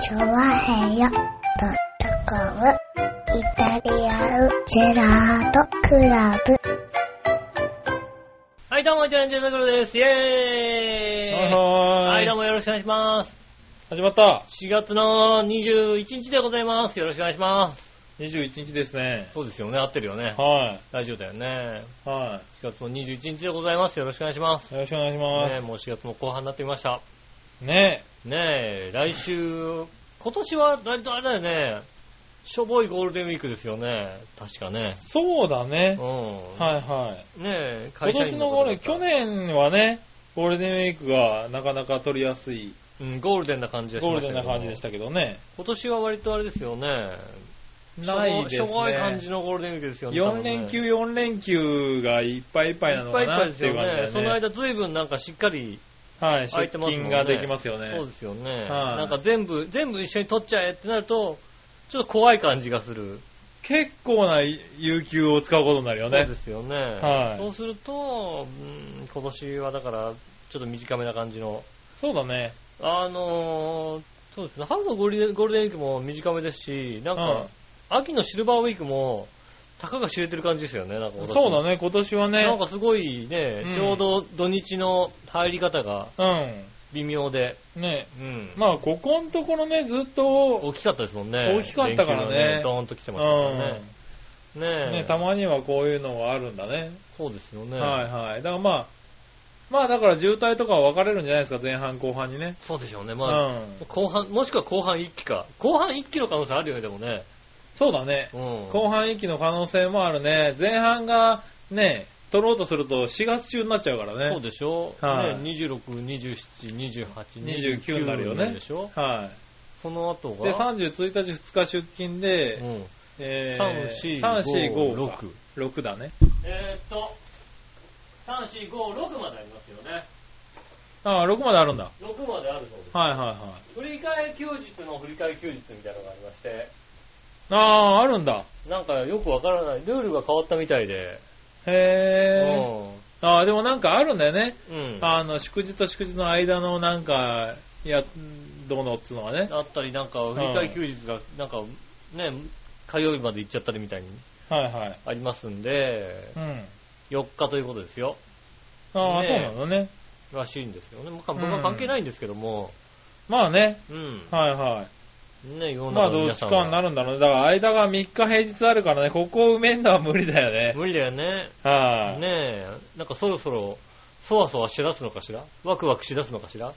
チョワヘヨドットコムイタリアンジェラートクラブ。はい、どうも、イタリアンジェルドクロです。イェーイははーい、いどう。もよろしくお願いします。始まった。 4月の21日でございます。よろしくお願いします。 21日ですね。そうですよね、合ってるよね。は大丈夫だよね。い。は4月の21日でございます。よろしくお願いします。い。よろしくお願いしねえ、まもう4月も後半になってきました。す。ねねえ、来週、今年は、だいぶあれだよね、しょぼいゴールデンウィークですよね。確かね。そうだうねん。。はいはい。ねえ、今会社年員の方々ゴールデン、去、年はね、ゴールデンウィークがなかなか取りやすい、うん、ゴールデンな感じがしゴーまルしたデけンどな感じでしたけどね。今年は割とあれですよね。ないですね。しょぼい感じのゴールデンウィークですよね。多分4ね連休、4連休がいっぱいいっぱいなのいかっぱいいっぱいなでっすていようね。感じだよそのね。間ずいぶんなんかしっかり、はい、空出いてますもんね勤ができますよね。そうですよね。はいなんか全部、全部一緒に取っちゃえってなると、ちょっと怖い感じがする。結構な有給を使うことになるよそうねで。すよね。はいそうすると、うん今年はだから、ちょっと短めな感じの。そうだね。あのーそうですね。春のゴールデンゴールデンウィークも短めですし、なんうかん、秋のシルバーウィークも、たかが知れてる感じですよね、なんか私そうだね、今年はね。なんかすごいね、うんちょうど土日の入り方がう微妙で、ん。ねうん。まあ、ここのところね、ずっと、大きかったですもんね。大きかったからね連休がドーンと来てましたからね。うん。ねえね、たまにはこういうのがあるんだね。そうですよね。はいはい。だからまあ、まあだから渋滞とかは分かれるんじゃないですか、前半後半にね。そうでしょうね。うまあ、ん。後半、もしくは後半1期か。後半1期の可能性あるよね、でもね。そうだね。うん。後半一期の可能性もあるね。前半がね、取ろうとすると4月中になっちゃうからね。そうでしょ、はいね、26、27、28、 29になるよねでしょはその後い。で、が、 31日、2日出勤で、うん、え3、4、ー、3、4、 5、 5か、 6。 6だね。えーっと、3、4、5、6までありますよね。ああ、6まであるんだ。 6まであるそうです。はいはいはい。振り替え休日の振り替え休日みたいなのがありまして、ああ、あるんだ。なんかよくわからない、ルールが変わったみたいで、へー。ああ、でもなんかあるんだよね。うん。うん。ああの、祝日と祝日の間のなんか、いや、どうのっつうのがね。ったり、なんか振り替え休日が、なんかね、火曜日まで行っちゃったりみたいにはいはい。ありますんで、うん。 4日ということですよ。あねあ、えそうなのね。らしいんですよね。まあ僕は関係ないんですけども、まあね。うん。はいはね、世い。のまあ中のど皆っちさんかはになるんだろうね。だから間が3日平日あるからね、ここを埋めるのは無理だよね。無理だよね。はい、ねえ、なんかそろそろ、そわそわしだすのかしらワクワクしだすのかしら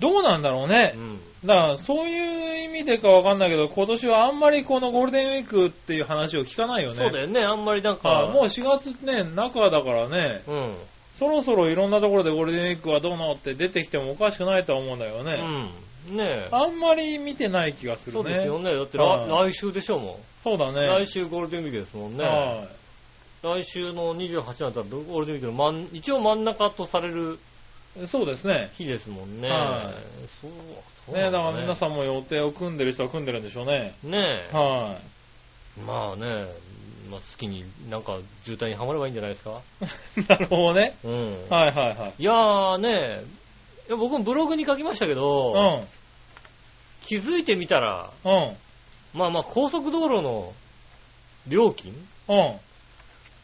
どうなんだろうねう。ん。だからそういう意味でかわかんないけど、今年はあんまりこのゴールデンウィークっていう話を聞かないよね。そうだよね、あんまりなんはか、いもう4月ね、中だからね、うん。そろそろいろんなところでゴールデンウィークはどうのって出てきてもおかしくないとは思うんだよね。うん。ねえ。あんまり見てない気がするそね。うですよね。だっては来来い週でしょ、もそうだう。ね。来週ゴールデンウィークですもんね。はい来週の28なんてのはゴールデンウィークの真ん、一応真ん中とされるそうですね。日ですもんね。はいそう、そうねなだんからね皆さんも予定を組んでる人は組んでるんでしょうね。ねえ。はまあね、まあ、好きになんか渋滞にはまればいいんじゃないですか。い。 なるほどね。うん。はいはいはい。いやーね、いや僕もブログに書きましたけど、う気づいてみたら、ん、うん、まあまあ高速道路の料金っうん。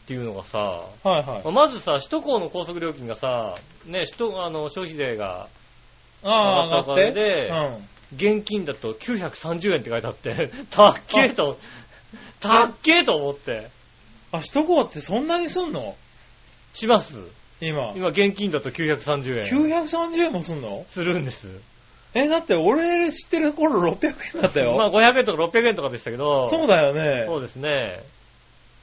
ていうのがさ、はいはいまあ。まずさ、首都高の高速料金がさ、ね、首都、あの、消費税が上があったおあ、上がかげっでて。うん。現金だと930円って書いてあって、 たっけえと、たっけえと思って、あ、首都高ってそんなにすんのします。今。今現金だと930円930円もすんのするんです。え、だって俺知ってる頃600円だったよ。まあ500円とか600円とかでしたけど、そうだよね。そうですね。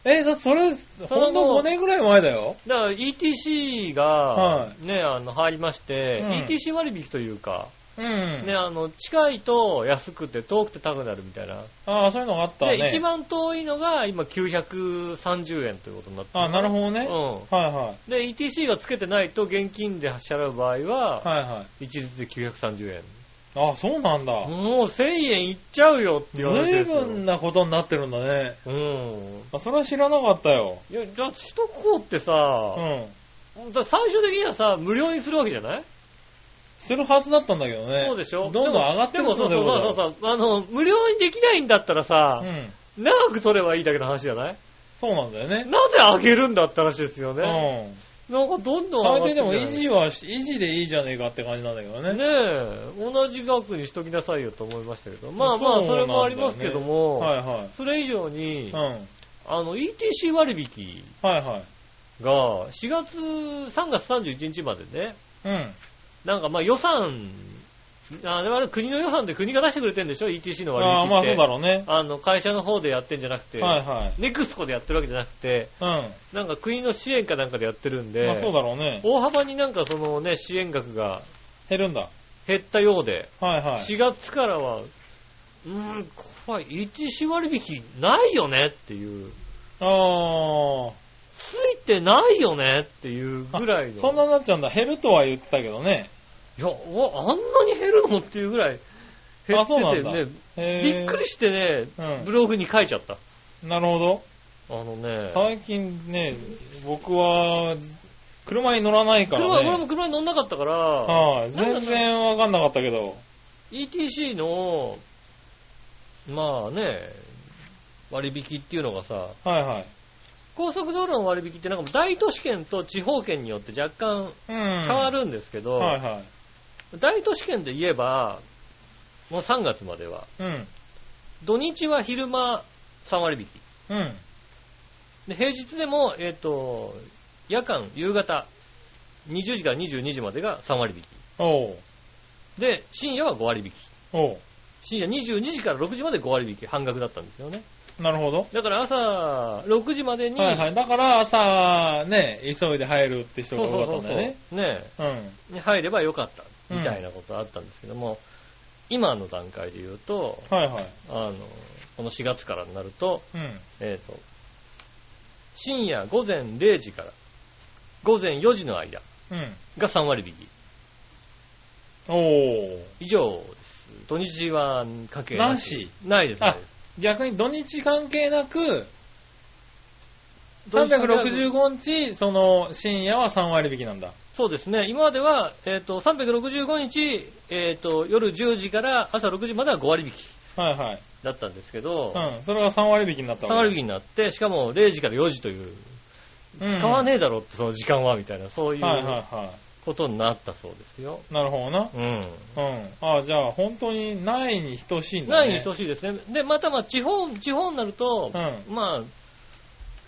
え、だってそれ、ほんの5年ぐらい前だよ。だから ETC はが、ね、あの、入りまして、うん ETC 割引というか、うん。ね、あの、近いと安くて遠くて高くなるみたいな。ああ、そういうのがあったで、ね。一番遠いのが今930円ということになってあなるほどね。ど。はいはうん。で、ETC がつけてないと現金で支払う場合い。は、はいはい。一律で930円。あ、そうなんだ。もう1000円いっちゃうよって言われてる随んですよ。分なことになってるんだね。うん。あ、それは知らなかったよ。いや、じゃあ、首都高ってうさ、ん。だから最終的にはさ、無料にするわけじゃないするはずだったんだけどね。そうでしょどんどん上がってでるもそうそうそうそうそう。あの、無料にできないんだったらうさ、ん。長く取ればいいだけの話じゃないそうなんだよね。なぜ上げるんだって話ですようね。ん。なんかどんどん上が最って低でもる維持はし、維持でいいじゃねえかって感じなんだけどね。ねえ、同じ額にしときなさいよと思いましたけど。まあそうまなあ、んだよねそれもありますけども、はいはい。それ以上に、うん。あの、ETC 割引はいはい。が4月、3月31日までね、うん。なんかまあ予算、あれはあれ国の予算で国が出してくれてるんでしょ ?ETC の割ああ、ま引って。あそうだろうね。あの、会社の方でやってんじゃなくて、はいはい。ネクスコでやってるわけじゃなくて、うなんか国の支援かなんかでやってるんで、ん。まあそうだろうね。大幅になんかそのね、支援額が減るんだ。減ったようで、はいはい。 4月からは、うーん、怖い、1割引ないよねっていう、ああ。ついてないよねっていうぐらいの。そんなになっちゃうんだ。減るとは言ってたけどね。いや、おあんなに減るのっていうぐらい減あってそうなんだてね、へーびっくりしてね、うんブログに書いちゃった。なるほど。あのね、最近ね、僕は、車に乗らないから車、俺もね。車に乗んなかったから、はい、なんか全然わかんなかったけど。 ETC の、まあね、割引っていうのがさ、はいはい。高速道路の割引ってなんか大都市圏と地方圏によって若干うん。変変わ。るんですけど、はいはい。大都市圏で言えば、もう3月までは、うん。土日は昼間3割引き。うん。で平日でも、えっ、と、夜間、夕方、20時から22時までが3割引き。おう。で、深夜は5割引き。お深夜22時から6時まで5割引き、半額だったんですよね。う。なるほど。だから朝6時までに、はいはい。だから朝、ね、急いで入るって人そがうそ多うかそっうたそんだう、よねね。に入ればよかった、みたいなことあったんですけども、今の段階で言うと、うん。はいはい。あの、この4月からになると、うん。えっ、と、深夜午前0時から午前4時の間うん。が3割引き。おう。以上です。土日は関係ななしし。ないです、あないです逆に土日関係なく、365日、その、深夜は3割引きなんだ。そうですね。今までは、えっ、と、365日、えっ、と、夜10時から朝6時までは5割引きはいはい。だったんですけど、うん。それが3割引きになった3割引きになって、しかも0時から4時という、うん使わねえだろって、その時間は、みたいな、そういはいうはいはことになったそうですよ。い。なるほどな。うん。うん。あじゃあ本当にないに等しいんだないね。にしてほしいですね。で、またまあ地方、地方になると、うまあ、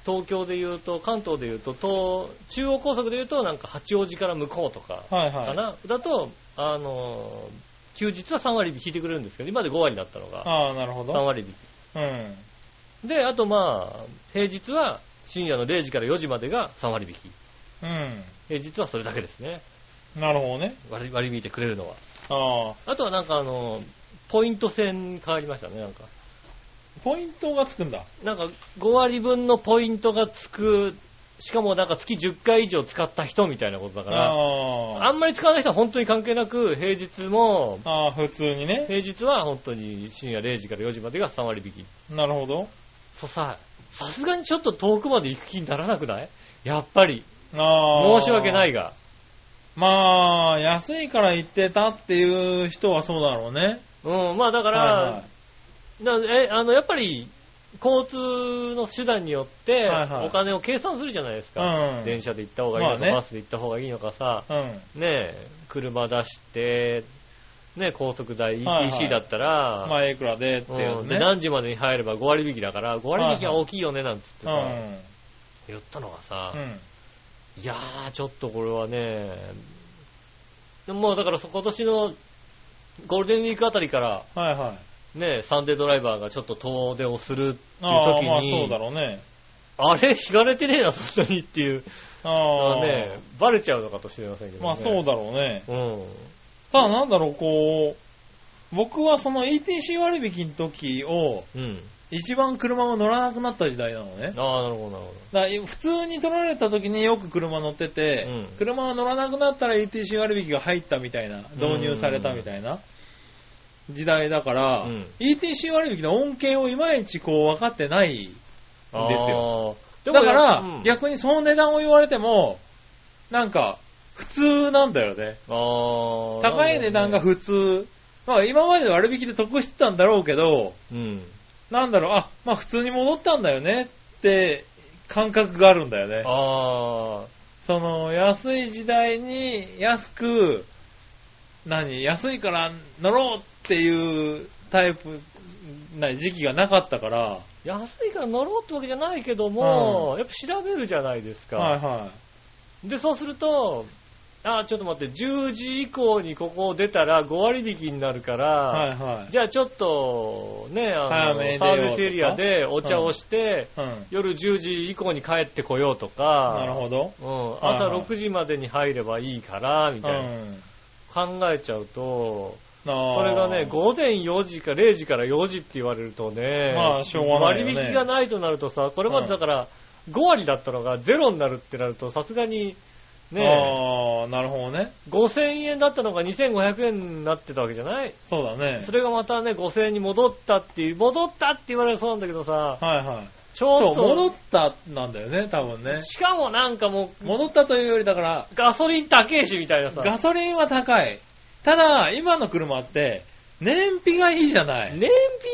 東京で言うと、関東で言うと、東中央高速で言うと、なんか八王子から向こうとか、はいかはい。な、だと、あのー、休日は3割引いてくれるんですけど、今まで5割だったのが、ああ、なるほ3ど。割引うん。き。で、あとまあ、平日は深夜の0時から4時までが3割引き。う平日はそれだけですね。ん。なるほどね。割り割り引いてくれるのは。ああ。あとはなんかあのー、ポイント制に変わりましたね、なんか。ポイントがつくんだ。なんか5割分のポイントがつく、しかもなんか月10回以上使った人みたいなことだから、あああ。んまり使わない人は本当に関係なく、平日も、ああ、普通にね。平日は本当に深夜0時から4時までが3割引き。なるほど。そうさ、さすがにちょっと遠くまで行く気にならなくないやっぱり。ああ。。申し訳ないいが。まあ、安いから行ってたっていう人はそうだろうね。うん、まあだから、はなえあのやっぱり、交通の手段によってはいはい、お金を計算するじゃないですいか。はい。電車で行った方がいいのか、まあねバスで行った方がいいのかさ、うん。うん。ねえ、車出して、ねえ、高速代はいはい ETC だったら、まあ、いくらでっていううんでね。何時までに入れば5割引きだから、5割引きは大きいよね、なんつってうさ、ん。言ったのがさ、うん。いやー、ちょっとこれはね、でももうだからそ今年のゴールデンウィークあたりから、はいはい。ね、サンデードライバーがちょっと遠出をするっていうああ、時まあそうに、だあろうね。れ、引かれてねえな、そんなにっていう、ああ、ね、バレちゃうのかとしれませんけど、ね。まあそうだろうね。うん。ただなんだろう、こう、僕はその ETC 割引の時を、うん。一番車を乗らなくなった時代なのね。ああ、なるほど、なるほだから普通に取られた時によく車乗ってて、うん車が乗らなくなったら ETC 割引が入ったみたいな、導入されたみたいな時代だから、うん ETC 割引の恩恵をいまいちこう分かってないど。ですよ。だから、うん逆にその値段を言われても、なんか、普通なんだよね。あー高い値段が、普通。まあ今まで割引で得してたんだろうけど、うん。なんだろう、あ、まあ普通に戻ったんだよねって感覚があるんだよね。ああ、その、安い時代に安く、何、安いから乗ろうっていうタイプ、何、時期がなかったから、は安いから乗ろうってわけじゃないけども、やっぱ調べるじゃないですいか。はで、そうすると、あー、ちょっと待って、10時以降にここを出たら5割引きになるから、い。はいはい。じゃあちょっと、ね、あ早の、めに出サようービスエリアでお茶をして、うん。夜10時以降に帰ってこようとなるか、ほど。うん、はい朝6時までに入ればいいから、みうたいな、ん。考えちゃうと、そそれがね、午前4時か0時から4時って言われるとね、まあしょうがないよね割引がないとなるとさ、これまでだから5割だったのがゼロになるってなると、さすがに、ね、ああ、なるほどね。 5000円だったのが2500円になってたわけじゃないそうだねそ。れがまたね、5000円に戻ったっていう、戻ったって言われるそうなんだけどさ、はいはい。ちょそっう、戻と、ったなんだよね、多分ね。しかもなんかもう、戻ったというより、だから、ガソリン高えしみたいなさ、ガソリンは高い。ただ、今の車って、燃費がいいじゃない。燃費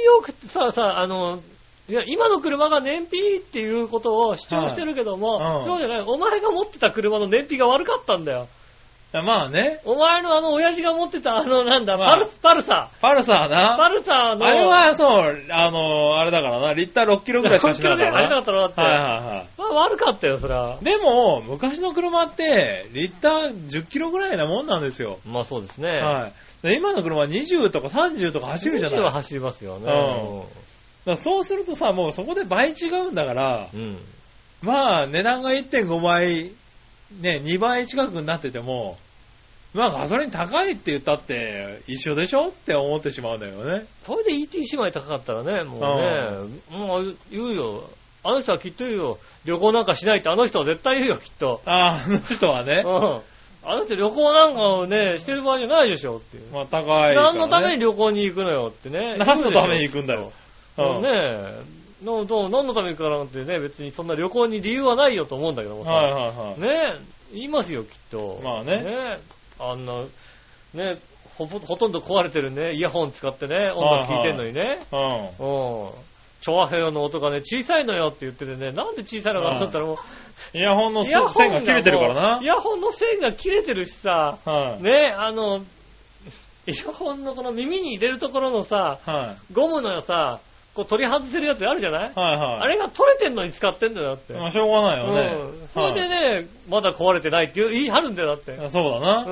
よくさ、さ、あの、いや、今の車が燃費っていうことを主張してるけども、はいうんそうじゃない、お前が持ってた車の燃費が悪かったんだよ。まあね、お前のあの、親父が持ってたあの、なんだ、まあパル、パルサ、パルサーな。パルサの、あれは、そう、あの、あれだからな、リッター6キロぐらいしか6しキなかロっぐらたい入らなかな。ったのだって、はいはいはまあ悪かったよ、そりゃい。。でも、昔の車って、リッター10キロぐらいなもんなんですよ。まあそうですね。はい。で今の車は20とか30とか走るじゃない。はだか走りますよね。らそうするとさ、もうそこで倍違うんだから、うん。まあ値段が1.5倍、ね、2倍近くになってても、まあガソリン高いって言ったって一緒でしょって思ってしまうんだよね。それで ET 姉妹高かったらね、もうね、もう言うよ。あの人はきっと言うよ。旅行なんかしないってあの人は絶対言うよ、きっと。ああ、あの人はうねん。。あの人旅行なんかをね、してる場合じゃないでしょっていう。まあ高いから、ね。何のために旅行に行くのよってね。何のために行くんだよ。言うでしょ。もうねのどう何のために行くかなんてね、別にそんな旅行に理由はないよと思うんだけどもさ。はいはいはい。ね言いますよ、きっと。まあねあんな、ねほぼ、ほとんど壊れてるね、イヤホン使ってね、音楽聴いてんのにね。ううん。調和平和の音がね、小さいのよって言っててね、なんで小さいのかなうと思んったらもん。イヤホンのう、イヤホン線が切れてるからもうイな。ヤホンの線が切れてるしさ、はい。ね、あの、イヤホンのこの耳に入れるところのさ、はゴムのさ、こう取り外せるやつあるじゃないい。はいはい。あれが取れてんのに使ってんだよ、だって。まあしょうがないよね。うんそれでね、まだ壊れてないっていう言い張るんだよ、だって。はいそうだうな。ん。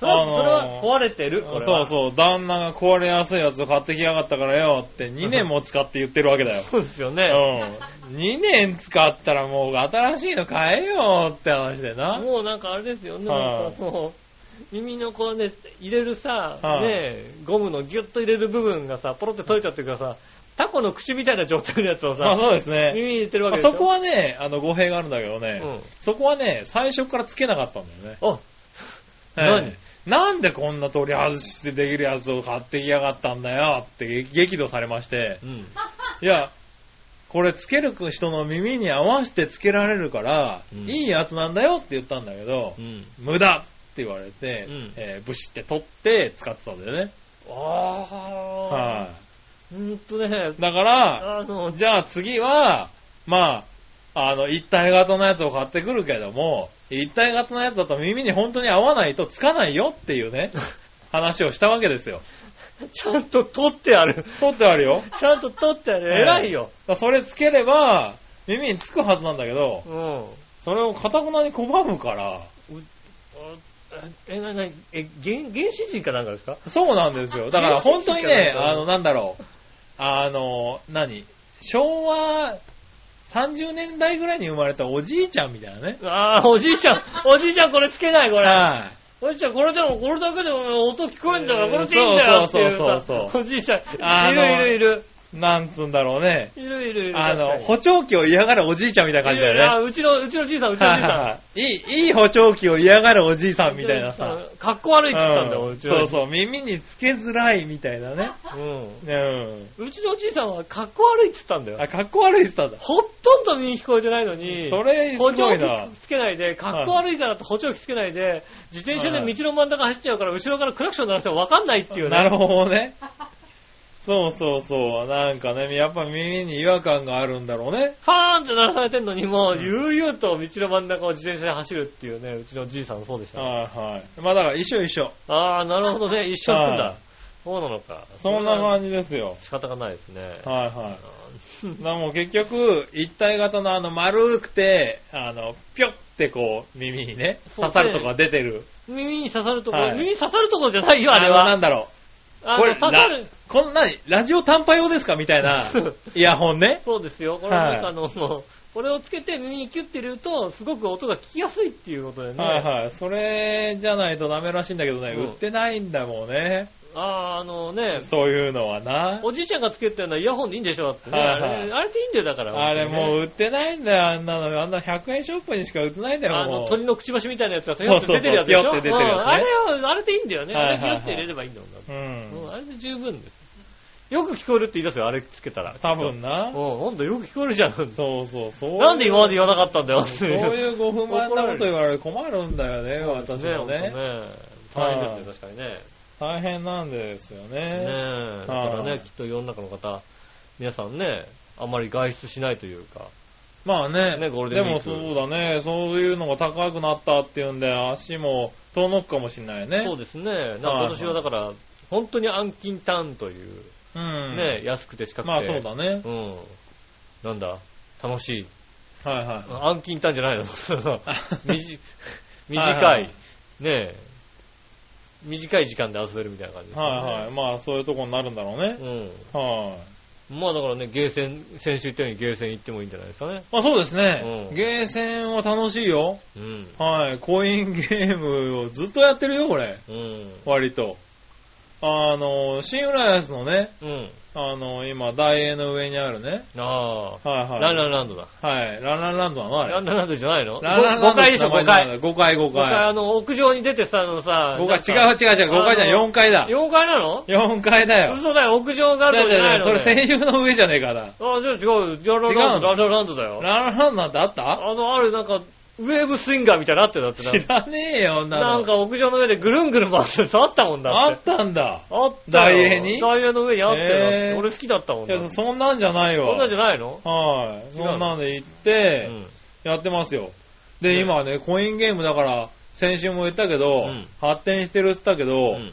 それは、あのーそれは壊れてる。これそうはそう、旦那が壊れやすいやつを買ってきやがったからよ って2年も使って言ってるわけだよ。そうですよね。うん。2年使ったらもう新しいの買えよって話でな。もうなんかあれですよね、はいなんかもう、耳のこうね、入れるさ、はいね、ゴムのギュッと入れる部分がさ、ポロって取れちゃってるからさ、タコの口みたいな状態のやつをまあさ、そうですね。耳に入れてるわまあけでしょ。そこはね、あの語弊があるんだけどね、うんそこはね、最初からつけなかったんだよね。は、はいなんでこんな取り外してできるやつを買ってきやがったんだよって激激怒されましてう、ん。いや、これつける人の耳に合わせてつけられるから、うんいいやつなんだよって言ったんだけど、うん。無駄って言われて、うんえーブシって取って使ってたんだよね。ああ、はうーんとね、い。だから、あの、じゃあ次は、まあ、あの、一体型のやつを買ってくるけども、一体型のやつだと耳に本当に合わないとつかないよっていうね、話をしたわけですよ。ちゃんと取ってある。取ってあるよ。 ちゃんと取ってある。偉いよ。それつければ、耳につくはずなんだけど、うん。それをかたくなに拒むから、え、な、な、え、原、原始人かなんかですかそうなんですよ。だから本当にね、原始人かなあの、なんだろう。あの、何昭和30年代ぐらいに生まれたおじいちゃんみたいなね。ああ、おじいちゃん、おじいちゃんこれつけない、これ。はい。おじいちゃん、これでも、これだけでも音聞こえんだから、これでいいんだよっていうさそうそうそうそうそうおじいちゃん、あいのるいるいる。なんつうんだろうね。いるいるいる。あの、確か補聴器を嫌がるおじいちゃんみたいにな感じだいるいるあよね。うちの、うちのじいさん、うちのじいさはいはいいい、いい補聴器を嫌がるおじいさんん。みたいなさ。。かっこ悪いって言ったんだよ、ううんちそのうそう、耳につけづらいみたいなね。う。ううん。ん。うちのじいさんはかっこ悪いって言ったんだよあ、。かっこ悪いって言ったんだ。ほとんど耳聞こえてないのに、それ、すご補聴い器な。つけないで、かっこ悪いからって補聴器つけないで、自転車で道の真ん中走っちゃうから、後ろからクラクション鳴らしても分かんないっていうね。なるほど ね。そうそうそう。なんかね、やっぱ耳に違和感があるんだろうね。ファーンって鳴らされてんのに、もう、悠々と道の真ん中を自転車で走るっていうね、うちのじいさんもそうでした、ね。はいはい。まあだから一緒一緒。ああ、なるほどね。一緒なんはだい。そうなのか。そんな感じですよ。仕方がないですね。はいはい。なもう結局、一体型のあの丸くて、あの、ぴょってこう、耳にね、そう刺さるとこが出てる。耳に刺さるとこ、はい耳に刺さるとこじゃないよ、あれのなは。んだろう。あこれ、の、刺さラる。こんなに、ラジオ短波用ですかみたい な、イヤホンね。そうですよ。これなんかあの、もうこれをつけて耳にキュッて入れると、すごく音が聞きやすいっていうことでね。はいはい。それじゃないとダメらしいんだけどね、うん売ってないんだもんね。ああ、あのね、そういうのはな。おじいちゃんがつけてるのはイヤホンでいいんでしょだってね。はいはいあれあれでいいんだよ、だから。あれもうう、売ってないんだよ、あんなの。あんな100円ショップにしか売ってないんだよ、あもの、う。鳥のくちばしみたいなやつがそうそうそう出てるやつでしょピョって出てるやうつねんあれは、あれでいいんだよね。はいはいはいあれピョって入れればいいんだもんだってう。うんんあれで十分です。よく聞こえるって言い出すよ、あれつけたら。多分なうん、。ほんとよく聞こえるじゃん。そうそう、そういう。なんで今まで言わなかったんだよ、そういうご不満なこと言われる困るんだよね、そうで私すね、もほんとねね。。大変ですね、確かにね。ね大変なんですよね。え。だからはね、いきっと世の中の方、皆さんね、あんまり外出しないというか。まあねねゴールデでンウィもークそうだね、そういうのが高くなったっていうんで、足も遠のくかもしれないね。そううですね。なんかはい今年はだから、本当に暗金ターンという、ん。ね、安くて近くて。まあそう。だね。うん。なんだ、楽しい。はいはい。暗金ターンじゃ ないの短いは短いはいい、ねえ、短い時間で遊べるみたいな感じですよね。はいはい。まあそういうとこになるんだろうね。うん。はい。まあだからね、ゲーセン、先週言ったようにゲーセン行ってもいいんじゃないですかね。まあそうですね。うんゲーセンは楽しいよ。うん。はい。コインゲームをずっとやってるよ、これ。うん。割と。あの、新浦安のね、うん。あの、今、大英の上にあるね。あはいあ。はい。ランランランドだ。はい。ランランランドなのあれ。ランランランドじゃないの ?5 ランランランド階でしょ、5階。 5回5 5階、あ回。の、屋上に出てさ、あのさ、 5回、違う違う違う、5回じゃあのん、4回だ。 4階なの4回だよ。嘘だよ、屋上があ違るうとじゃ違ないう違う、のそれね専用の上じゃねえから。あ、じゃあ違う、ランランランド、ランランランドだよ。ランランランドあったあの、ある、なんか、ウェーブスインガーみたいになってるだってな知らねえよ、女のなんか屋上の上でぐるんぐるん回ってるのあったもんだあっ。ってたんだ。あったよ。大英に大英の上にあったよだってへー俺好きだったもんいだ。や、そそんなんじゃないんなわんじ。ゃないのはい。違うのそんなんで行っうて、ん。やってますよ。で、ね今ね、コインゲームだから、先週も言ったけうど、ん発展してるって言ったけど、うん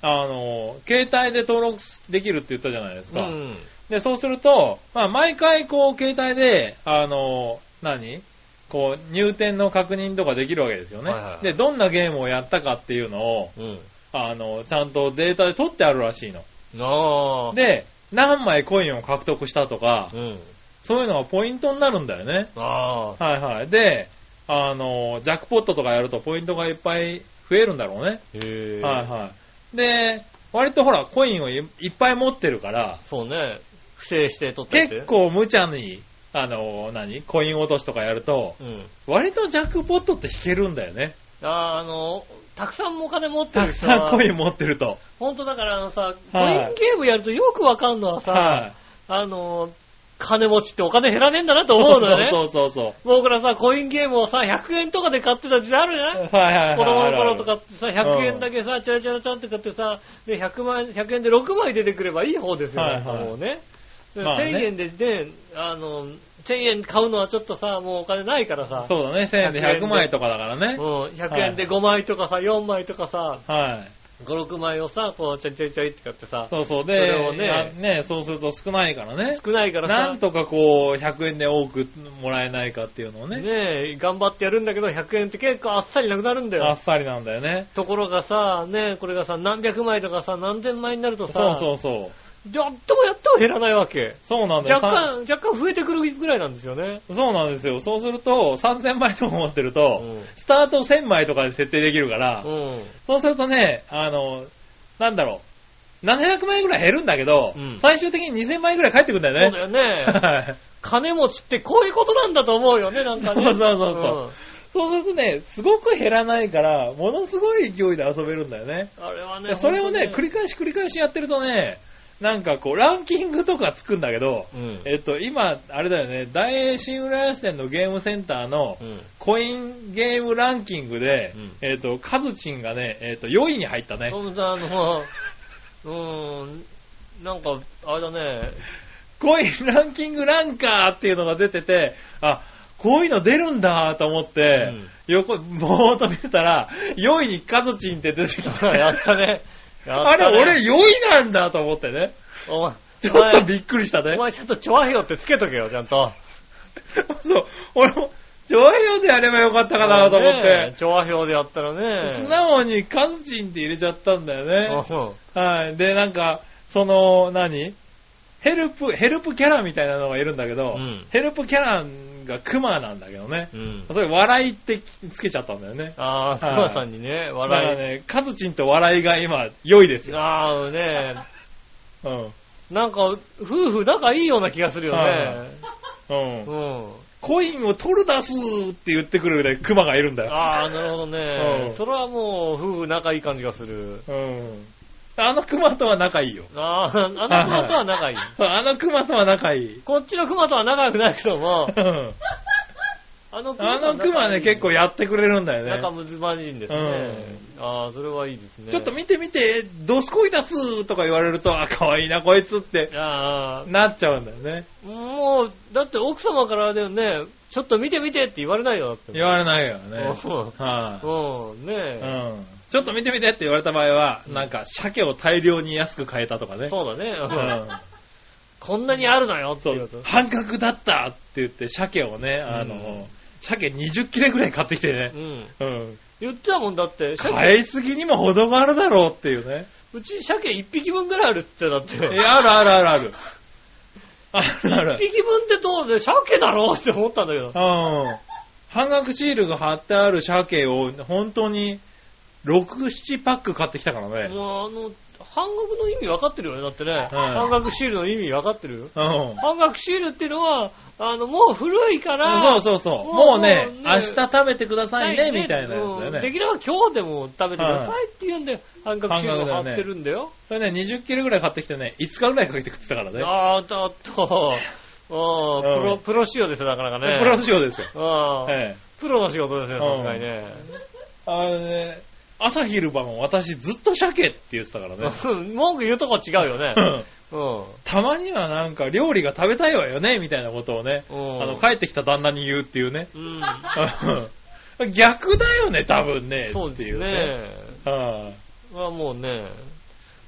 あの、携帯で登録できるって言ったじゃないですうか。ん。で、そうすると、まあ、毎回こう、携帯で、あの、何こう、入店の確認とかできるわけですよね、はいはいはいで、どんなゲームをやったかっていうのを、うん。あの、ちゃんとデータで取ってあるらしいの。ああ。、で、何枚コインを獲得したとか、うん。そういうのがポイントになるんだよね。ああ。はいはい。で、あの、ジャックポットとかやるとポイントがいっぱい増えるんだろうね。へえ。はいはい。で、割とほら、コインをいいっぱい持ってるから、そうね。不正して取ってって。結。構無茶に、あの、何コイン落としとかやると、うん。割とジャックポットって引けるんだよね。ああ、あの、たくさんお金持ってたるく人さんコイは、ン持ってると。本当だからあのさ、コインはいゲームやるとよくわかんのはさ、い。あの、金持ちってお金減らねえんだなと思うのよね。そうそうそう僕らさ、コインゲームをさ、100円とかで買ってた時代あるじゃないそう。はいはいはい。子供の頃とあかってさ、100円だけさ、チャラチャラチャラって買ってさ、で、100万、100円で6枚出てくればいい方ですよ、はいなはんいかもうね。でまあね1000円でね、あの、1000円買うのはちょっとさ、もうお金ないからるあさる。、そうだね。1000円で100枚とかだからね。うん、100円で5枚とかさ、4枚とかさ、はい。 5、6枚をさ、こう、ちゃいちゃいちゃいって買ってさ、そうそう。そでれを、ねやね、そうすると少ないからね。少ないからさ、なんとかこう、100円で多くもらえないかっていうのをね。ねえ、頑張ってやるんだけど、100円って結構あっさりなくなるんだよあっ。さりなんだよね。ところがさ、ね、これがさ、何百枚とかさ、何千枚になるとさ、そうそうそう。やってもやっても減らないわけ。そうなんだよ。若干、若干増えてくるぐらいなんですよね。さんそうなんですよ。そうすると、3000枚とか持ってると、うんスタート1000枚とかで設定できるから、うん。そうするとね、あの、なんだろう。 700枚ぐらい減るんだけど、うん最終的に2000枚ぐらい返ってくんだそうだよね。よ ね。はい金持ちってこういうことなんだと思うよね、なんかね。そうそうそうそうそうするとね、すごく減らないから、ものすごい勢いで遊べるんだよね。うんあれはね。それをね、本当繰り返し繰り返しやってるとね、なんかこう、ランキングとかつくんだけど、うん。えっと、今、あれだよね、大英新浦安店のゲームセンターのうん。コインゲームランキングで、うんえっと、カズチンがね、えっと、4位に入ったね。トムさん、あの、うーん、なんか、あれだね、コインランキングランカーっていうのが出てて、あ、こういうの出るんだと思って、横、ぼーっと見てたら、4位にカズチンって出てきて、 やったね。やっあたねれ、俺、4位なんだと思ってね。お前、ちょっとびっくりしたおね。前ちゃんとチョアヘヨってつけとけよ、ちゃんと。 そう。俺も、ジョイオでやればよかったかなと思ってね。調和表でやったらね。素直にカズチンって入れちゃったんだよね。うんはい。で、なんか、その、何ヘルプ、ヘルプキャラみたいなのがいるんだけど、うんヘルプキャラがクマなんだけどね。うん。それ、笑いってつけちゃったんだよね。ああ、はい母さんにね、だから笑ね、カズチンと笑いが今、良いですい。よ。ああ、ねうん。なんか、夫婦仲いいような気がするよはね。うんう。ん。コインを取る出すって言ってくるぐらいクマがいるんだよ。ああ、なるほどうねん。それはもう、夫婦仲いい感じがする。うん。あのクマとは仲いいよ。ああ、あの熊とは仲いい。そうあのクマとは仲いい。こっちの熊とは仲良くないけどもう、んあのあのククママね、結構やってくれるんだよ仲ね。むずまじいんですね。ああ、それはいいですね。ちょっと見て見て、ドスコイ出すとか言われると、あ、可愛いな、こいつってああ、なっちゃうんだよね。もう、だって奥様からあれだよね、ちょっと見て見てって言われないよ、だって。言われないよね。うはい、んうん、ねえ。うん。ちょっと見てみてって言われた場合は、なんか、鮭を大量に安く買えたとかね。そうだね。ううんん。 こんなにあるのよってそいううと。。半額だったって言って、鮭をね、あうんの、鮭20切れぐらい買ってきてねう。ん。うん。言ってたもんだって、鮭、買いすぎにも程があるだろうっていうね。うち鮭1匹分ぐらいあるってだって。え、あるあるあるある。あるある1。匹分ってどうで、鮭だろうって思ったんだけど。うん。半額シールが貼ってある鮭を、本当に、6、7パック買ってきたからね。もうあの、半額の意味分かってるよね、だってね。うん半額シールの意味分かってるよ。うん。半額シールっていうのは、あの、もう古いから、そうそうそう。もうもうね、もうね明日食べてくださいはね、みたいなやつうんだよでね。きれば今日でも食べてくださいって言うんで、半額シールを貼ってるんだよ。それね、20キロぐらい買ってきてね、5日ぐらいかけて食ってたからね。あーと、あと、うんうんプロ、プロ仕様ですよ、なかなかね。プロ仕様ですよ。うんええ。プロの仕事ですね、うんさすがにね。あのね、朝昼晩私ずっと鮭って言ってたからね。文句言うとこ違うよね。うん。たまにはなんか料理が食べたいわよね、みたいなことをね、うんあの、帰ってきた旦那に言うっていうね。うん。うん 逆だよね、多分ね。そうですっていうね。うんはもうね、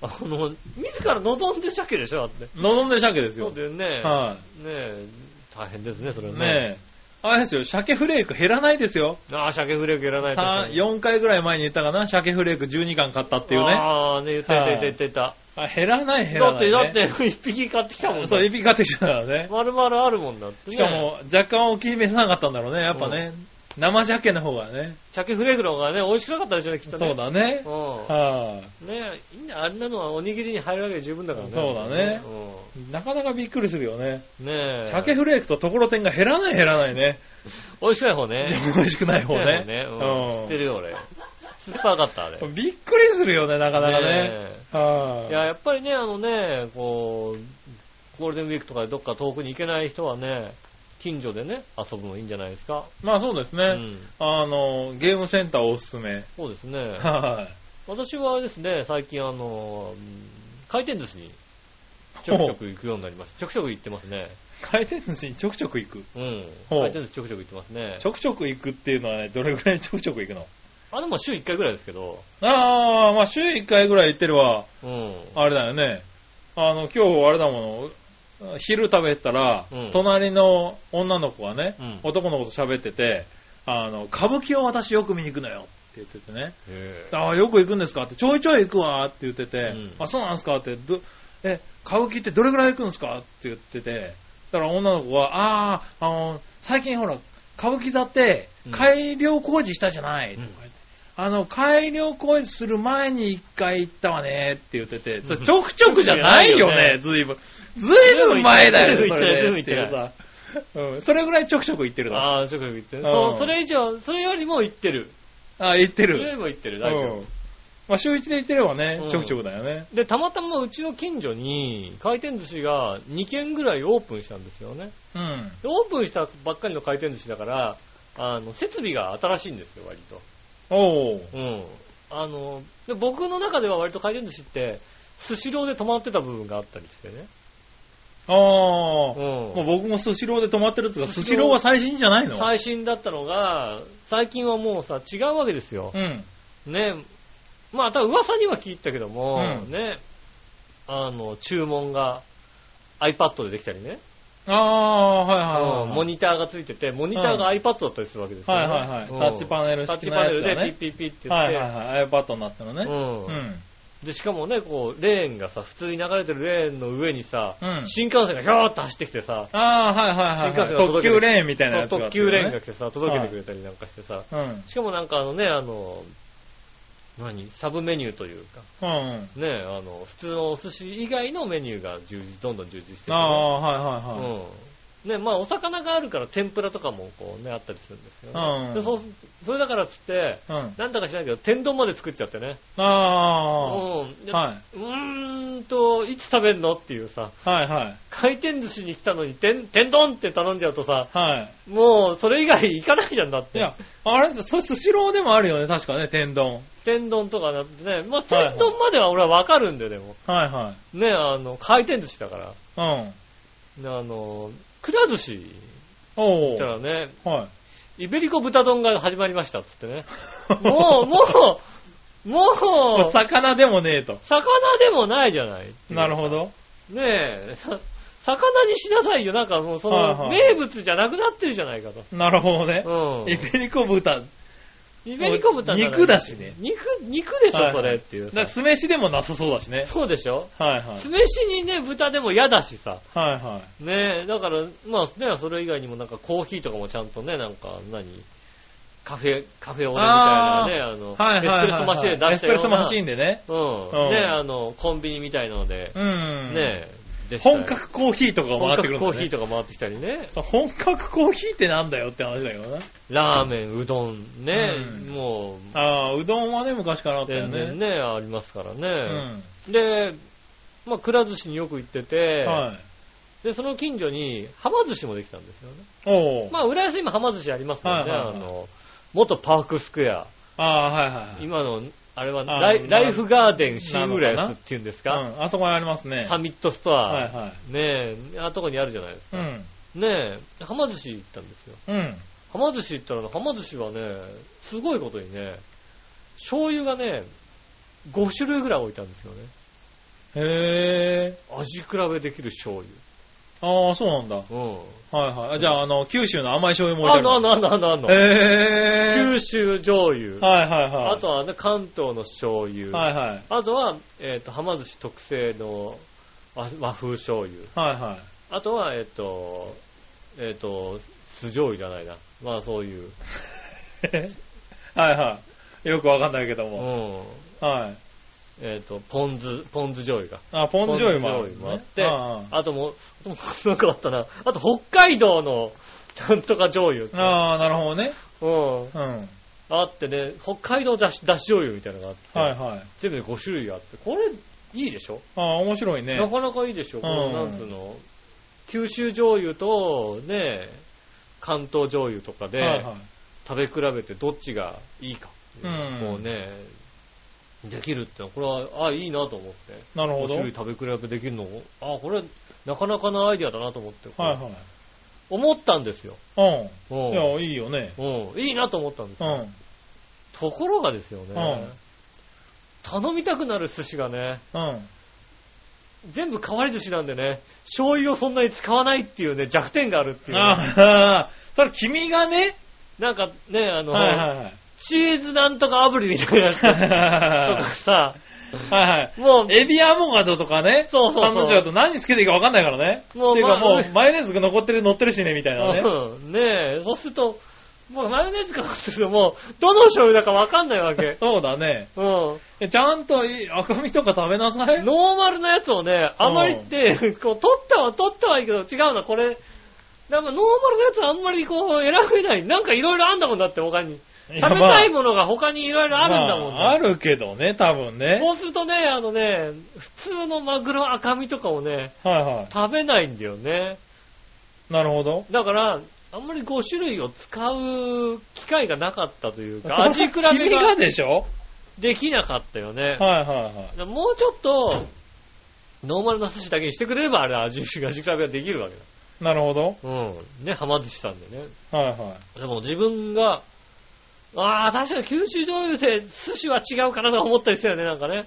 あの、自ら望んで鮭でしょ、だって。望んで鮭ですそよ。うだよね。はねえ、大変ですね、それい。はね。ねえ。あれですよ、鮭フレーク減らないですよ。ああ、鮭フレークやらないと。さん4回ぐらい前に言ったかな、鮭フレーク12巻買ったっていうね。ああ、ね、言ってた言ってた言ってた。あ減らない、減だらっなて、い、ね。だって、一匹買ってきたもん。そう、エビ買ってきたからね。丸々あるもんだって。しか、も、若干大きい目さなかったんだろうね、やっぱね。生鮭の方がね。鮭フレークの方がね、美味しくなかったでしょうね、きっとね。そうだね。うはん。ねえ、いいんだよあんなのはおにぎりに入るわけで十分だからね。そうだねうい。なかなかびっくりするよね。ん。ねえ。鮭フレークとところてんが減らない減らないね。美味しくない方ね。 美味しくない方美味ねしく。ない方ねうん。知ってうるよ、俺。スーパーかった、あれ。ん。びっくりするよね、なかなかね。ねはえいいや、やっぱりね、あのね、こう、ゴールデンウィークとかでどっか遠くに行けない人はね、近所でね、遊ぶのいいんじゃないですか。まあそうですうね。ん。あの、ゲームセンターおすすめ。そうですね。は私はあれですね、最近あの、うん回転寿司にちょくちょく行くようになりました。ちょくちょく行ってますね。い。回転寿司にちょくちょく行く。うん。ほう回転寿司ちょくちょく行ってますねち。ょくちょく行くっていうのはね、どれぐらいちょくちょく行くのあ、でも週1回ぐらいですけど、ああ、まあ週1回ぐらい行ってれば、うん。あれだよね。あの、今日あれだもの、昼食べたら、うん隣の女の子がね、うん男の子と喋ってて、あの、歌舞伎を私よく見に行くのよって言っててね、へああ、よく行くんですかって、ちょいちょい行くわって言ってて、うんあ、そうなんですかって、どえ、歌舞伎ってどれぐらい行くんですかって言ってて、だから女の子は、ああ、あの、最近ほら、歌舞伎座ってうん改良工事したじゃなうんい、とか言ってあの、改良工事する前に一回行ったわねって言ってて、それうんちょくちょくじゃないよね、ずいぶん。ずいぶん前だよ、ずいそぶん行ってるれねずいぶん行ってるっていうさうん、それぐらいちょくちょく行ってるだ。ああ、ちょくちょく言ってる。うんそう、それ以上、それよりも言ってる。あ、行ってそれよる。りも言ってる、う大丈夫。ん。まあ、週一で行ってればねう、んちょくちょくだよね。で、たまたまうちの近所に回転寿司が2軒ぐらいオープンしたんですよね。うん。でオープンしたばっかりの回転寿司だから、あの、設備が新しいんですよ、割と。おううん。あの、で僕の中では割と回転寿司って、スシローで止まってた部分があったりしてね。ああ。もうう僕もスシローで泊まってるっつうか、ススシシローローは最新じゃないのん。最新だったのが、最近はもうさ、違うわけですよ。うん。ね。まあ、ただ噂には聞いたけども、うんね。あの、注文が iPad でできたりね。ああ、はいはいはうい。んモニターがついてて、モニターが iPad だったりするわけですよね。はいはいはい。タうんッチパネルタッ式チのパネやルつだでピね。ッピッピッって言っはて。いはいはい。iPad になったのね。ううんん。で、しかもね、こう、レーンがさ、普通に流れてるレーンの上にさ、うん新幹線がひょーっと走ってきてさ、ああ、はいはいはい新は幹い。線が特届けて急レーンみたいなやつとがあ特っ急たよねレーンが来てさ、届けてくれたりなんかしてさ、うん。しかもなんかあのね、あの、何サブメニューというか、うん。ね、あの、普通のお寿司以外のメニューが充実、どんどん充実しててあね、あ、はいはいはい。うん。ね、まあお魚があるから天ぷらとかもこうね、あったりするんですけど、ねうんでそう、それだからっつって、うん。なんだか知らないけど、天丼まで作っちゃってね。うあん。であ、はうーんと、いつ食べんのっていうさ、い。はいはい。回転寿司に来たのに、天、天丼って頼んじゃうとさ、はもう、それ以外行かないじゃんだっい。て。いや、あれ、それスシローでもあるよね、確かね、天丼。天丼とかなってね、まあ、はいは天い丼までは俺はわかるんだよ、でも。はいはね、あの、回転寿司だから。い。うん。ねあの、くら寿司お行っおた。らね、はい。イベリコ豚丼が始まりましたっつってね。もう、もう、ももうう、魚でもねえと。魚でもないじゃないっていうなるほど。ねえ、さ魚にしなさいよ。なんかもうそはいの、はい名物じゃなくなってるじゃないかと。なるほどね。うん。イベリコ豚。イベリコ豚じゃない肉だしね。肉、肉でしはいはょ、いそれっていうだか。ら酢飯でもなさそうだしね。そうでしょはいはい。酢飯にね、豚でも嫌だしさ。はいはねえ、だから、まあね、それ以外にもなんかコーヒーとかもちゃんとね、なんか何、カフェ、カフェオレみたいなね、あの、い。はいはいはい、はい。エスプレッソマシーンで出エしスたプようレなッソマシーンでね。うん。うんねえ、あの、コンビニみたいなので、うん。ねえ、でしたよ本格コーヒーとかが回本ってく格るんコだ、ね。ーヒーとか回ってきたりね。そう本格コーヒーってなんだよって話だけどね。ラーメン、うどん、ね、うんもああ、うどんはね、昔からあう、ったよ全ね。然ね、ありますからうね。ん。で、まあ、くら寿司によく行ってて、はい。で、その近所に、はま寿司もできたんですよね。おお。まあ、浦安今はま寿司ありますからね、はいはいはいあの、元パークスクエア、ああ、はいはいはい。今の、あれはあライなライフガーデンシー浦なのか安っなていうんですか、うん、あそこにありますね。サミットストア、はいはねえ、あとこにあるじゃないですい。うか。ん。ねえ、はま寿司行ったんですよ。うん。はま寿司行ったら、はま寿司はね、すごいことにね、醤油がね、5種類ぐらい置いたんですよね。へえ。味比べできる醤ああ、そうなんだ。はい油。うん。はい。じゃあ、あの、九州の甘い醤油も置あいんてのああるんのあんのあんのあんの。へえ。九州醤油。はいはいはい。あとはね、関東の醤油。はいはい。あとは、えっ、と、はま寿司特製の和和風醤油。はいはい。あとは、えっ、と、えっ、と、酢醤油じゃないな。まあそういう。はいはい。よくわかんないけどうも。ん。はい。えっ、と、ポン酢、ポン酢醤油が。あ、ポン酢醤油もあポンる酢ね、醤油もあって、ああともう、あともうなんかあったな。あと北海道の、なんとか醤油ってあああ、なるほどね。うん。うん。はいあってね、北海道だし、だし醤油みたいなのがあって、はい。全部で5種類あって、これ、いいでしょ、ああ、面白いね。なかなかいいでしょ、この、なんつうの、九州醤油と、ね、関東醤油とかはいではい、食べ比べてどっちがいいかっていう、うんこうね、できるってのは、これは、あ、いいなと思って。なるほ5ど。種はい類食べ比べできるのをあ、これ、なかなかのアイディアだなと思って、は思ったんですよ。い。ううん。いん。や、いいよね。うん。いいなと思ったんですうよ。ん。ところがですよねう、頼みたくなる寿司がね、うん。全部変わり寿司なんでね、醤油をそんなに使わないっていうね、弱点があるっていうね、ああ、それ君がね、なんかね、あの、はい はいはい。チーズなんとか炙りみたいなやつとか はさ、いはい。もう、 エビアボカドとかね、そうそうそうサンドイッチだと何つけていいかわかんないからね。もうっていうかまあもう、マヨネーズが残ってる、乗ってるしね、みたいなね。。うんねえ、そうすると、もうマヨネーズかかってるともう、どの醤油だかわかんないわけ そうだね。うん。えちゃんとい赤身とか食べ なさい。ノーマルのやつをね、あまりって、こう、取ったは取ったはいいけど、違うな、これ。なんかノーマルのやつはあんまりこう、選べない。なんかいろいろあんだもんだって、他に。いや食べまあたいものが他にいろいろあるんだもんね。まああるけどね、多分ね。こうするとね、あのね、普通のマグロ赤身とかをね、はいは食べないんだよね。い。なるほど。だから、あんまり5種類を使う機会がなかったというか、そ味れ比べ君ががでしょできなかったよね。はいはいはもうちょっと、ノーマルな寿司だけにしてくれれば、あれ味、味比べができるわけい。なるほど。だ。うん。ね、はま寿司さんでね。はいはでも自分が、ああ、確かに九州醤油で寿司は違うかなとか思ったりしたよね、なんかね。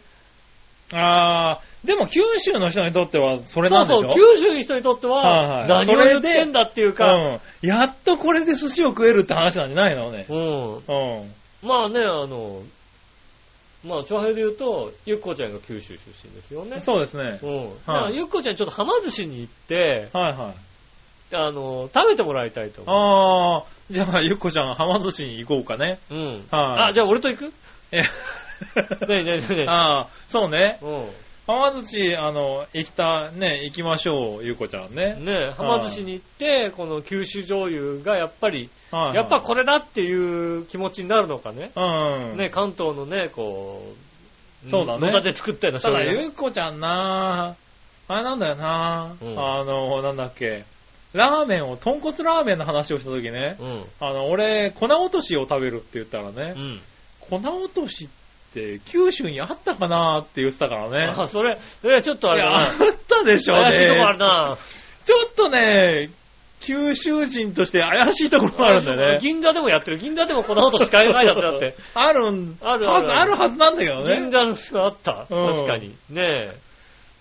い。あー、でも九州の人にとってはそれなんでしょそうそう、九州の人にとってはは、いはい何を言ってんだっていうか、うん。やっとこれで寿司を食えるって話なんじゃないのね。うん。うん。まあね、あの、まあ、長平で言うと、ゆっこちゃんが九州出身ですよね。そうですね。うん。だからゆっこちゃんちょっとはま寿司に行って、はいはい。あの、食べてもらいたいと思う。あー、じゃあゆっこちゃん、はま寿司に行こうかね。うん。はいあ、じゃあ俺と行く えねえねえねえねあー、そうねえ。。うん。はま寿司、あの、行きた、ね、行きましょう、ゆっこちゃんね。ねえ、はま寿司に行って、この九州醤油がやっぱり、はいはいやっぱこれだっていう気持ちになるのかね。うん。ね、関東のね、こう、そうだね野田で作ったようなた醤だ、油。ゆうこちゃんなあれなんだよな、うんあの、なんだっけ。ラーメンを、豚骨ラーメンの話をした時ね。うん。あの、俺、粉落としを食べるって言ったらね、うん。粉落としって九州にあったかなって言ってたからね。あ、それ、それはちょっとあいれや、だあな。ったでしょう怪しいとこあねる。な。ちょっとね、九州人として怪しいところがあるんだよね。銀座でもやってる。銀座でもこんなことしかえないだって、だ って。あるん、あるあるはずあるはずなんだけど銀ね。座の人あった。うん確かに。ねえ。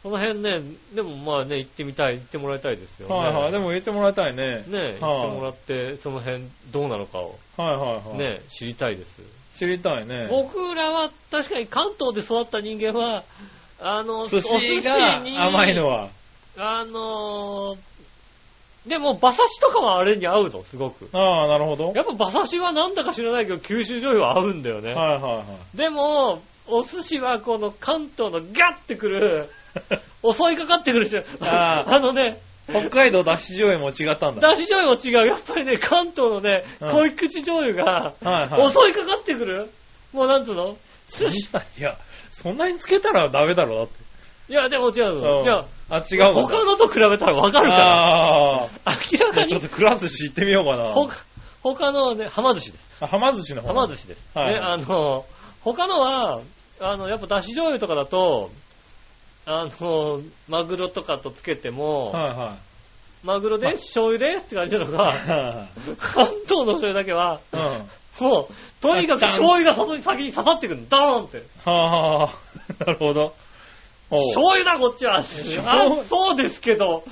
この辺ね、でもまあね、行ってみたい、行ってもらいたいですよね。はいはい。でも言ってもらいたいね。ねえ、はい行ってもらって、その辺どうなのかをはいはいはい。ねえ、知りたいです。知りたいね。僕らは確かに関東で育った人間は、あの、寿お寿司が司に甘いのは。あのーでも馬刺しとかはあれに合うの、すごく。ああ、なるほど。はいやっぱ馬刺しはなんだか知らないけど、九州醤油は合うんだよね。はいはい。でも、お寿司はこの関東のガッてく る、襲いかかってくる人、あ あーのね、北海道脱脂醤油も違ったんだ。だし醤油も違う。やっぱりね、関東のね、うん濃い口醤油が、はいはい襲いかかってくる。もうなんつうの寿司いや、そんなにつけたらダメだろ、だって。いや、でも違うの。うんいや、あ、違うの他のと比べたらわかるから。ああ。明らかちょっに、とくら寿司行ってみようかな。他他のね、はま寿司です。あはま寿司の方。はま寿司です。はいね、あの、他のは、あの、やっぱだし醤油とかだと、あの、マグロとかとつけても、はいはマグロで醤油でって感じなのが、い。は関東の醤油だけは、いはい。うん。もう、とにかく醤油が先に先に刺さってくるの。ドーンって。はあ、なるほど。おう醤油だ、こっちは。あ、醤油そうですけど。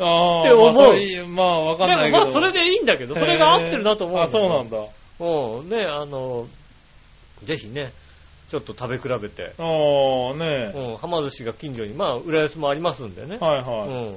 ああって思うまあそれまあ、わかでんないもけど。まあ、それでいいんだけど、それが合ってるなと思う。あ、そうなんだ。うん、ね、あの、ぜひね、ちょっと食べ比べて、ああ、ねうん、はま寿司が近所に、まあ、浦安もありますんでね、え。はいうはん、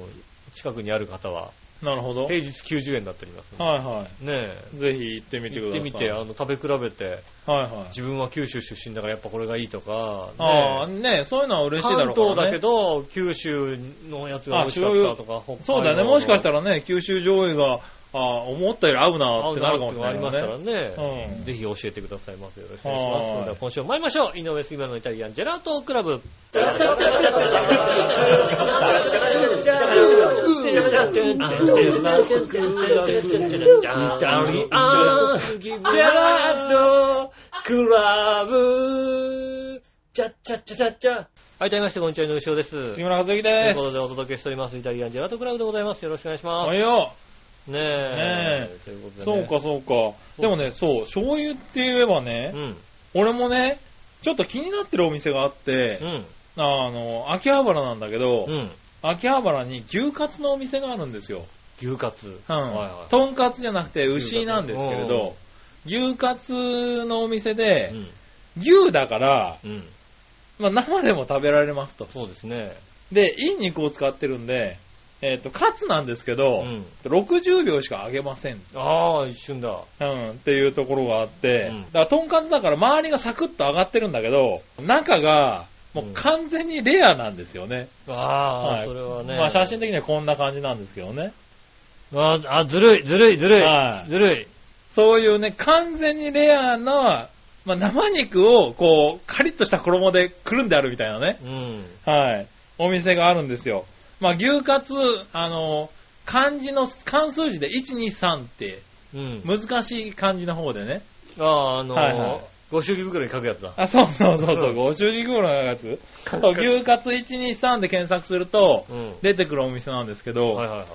近くにある方は、い。なるほど。はい平日90円になっておりますのはで、ねい。ぜひ行ってみえ、て行くっださてみい。て、あの、食べ比べて、はいはい。自分は九州出身だからやっぱこれがいいとか、ああ、ねえねそういうのは嬉しいだ関ろうか東だら、ね。けど、九州のやつが美味しかったとか、北海道のそうだよね。もしかしたらね、九州上位が、ああ、思ったより合うな合っうてななるるかかももししれれなないい、ねあね。りましたらね、うんぜひ教えてくださいます。よろしくお願いしまはす。ーいそれでは今週も参りましょう。井上杉村のイタリアンジェラートクラブ。はい、どうもみなさんこんにちは、井上翔です。杉村和之といでうことす。でお届けしております、イタリアンジェラートクラブでございます。よろしくお願いします。おいよ。ねねえ。えということでそうね。か、そうか。でもね、そう、醤油って言えばねう、ん。俺もね、ちょっと気になってるお店があって、うん。あの、秋葉原なんだけど、うん。秋葉原に牛カツのお店があるんですよ。牛カツ。うん。はいはとんかつじゃなくて牛なんですけれど、牛カツのお店い。でう、ん。牛だから、うん。まあ、生でも食べられますと。そうですね。で、いい肉を使ってるんで、えっ、と、カツなんですけど、うん。 60秒しか揚げません。ああ、一瞬だ。うん、っていうところがあって、うんだから、トンカツだから周りがサクッと揚がってるんだけど、中が、もううん完全にレアなんですよね。あはあ、いそれはね。まあ、写真的にはこんな感じなんですけどね。ああ、ずるい、ずるい、ずる。はいずるい。そういうね、完全にレアな、まあ、生肉を、こう、カリッとした衣でくるんであるみたいなね。うん。はい。お店があるんですよ。まあ、牛カツ、あの、漢字の、漢数字で1、2、3って、うん。難しい漢字の方でね。ああ、あのーはいはいご祝儀袋に書くやつだ。あ、そうそうそうそう、ご主人頃のやつ。そう牛カツ123で検索すると、うん。出てくるお店なんですけど、はいはいはい。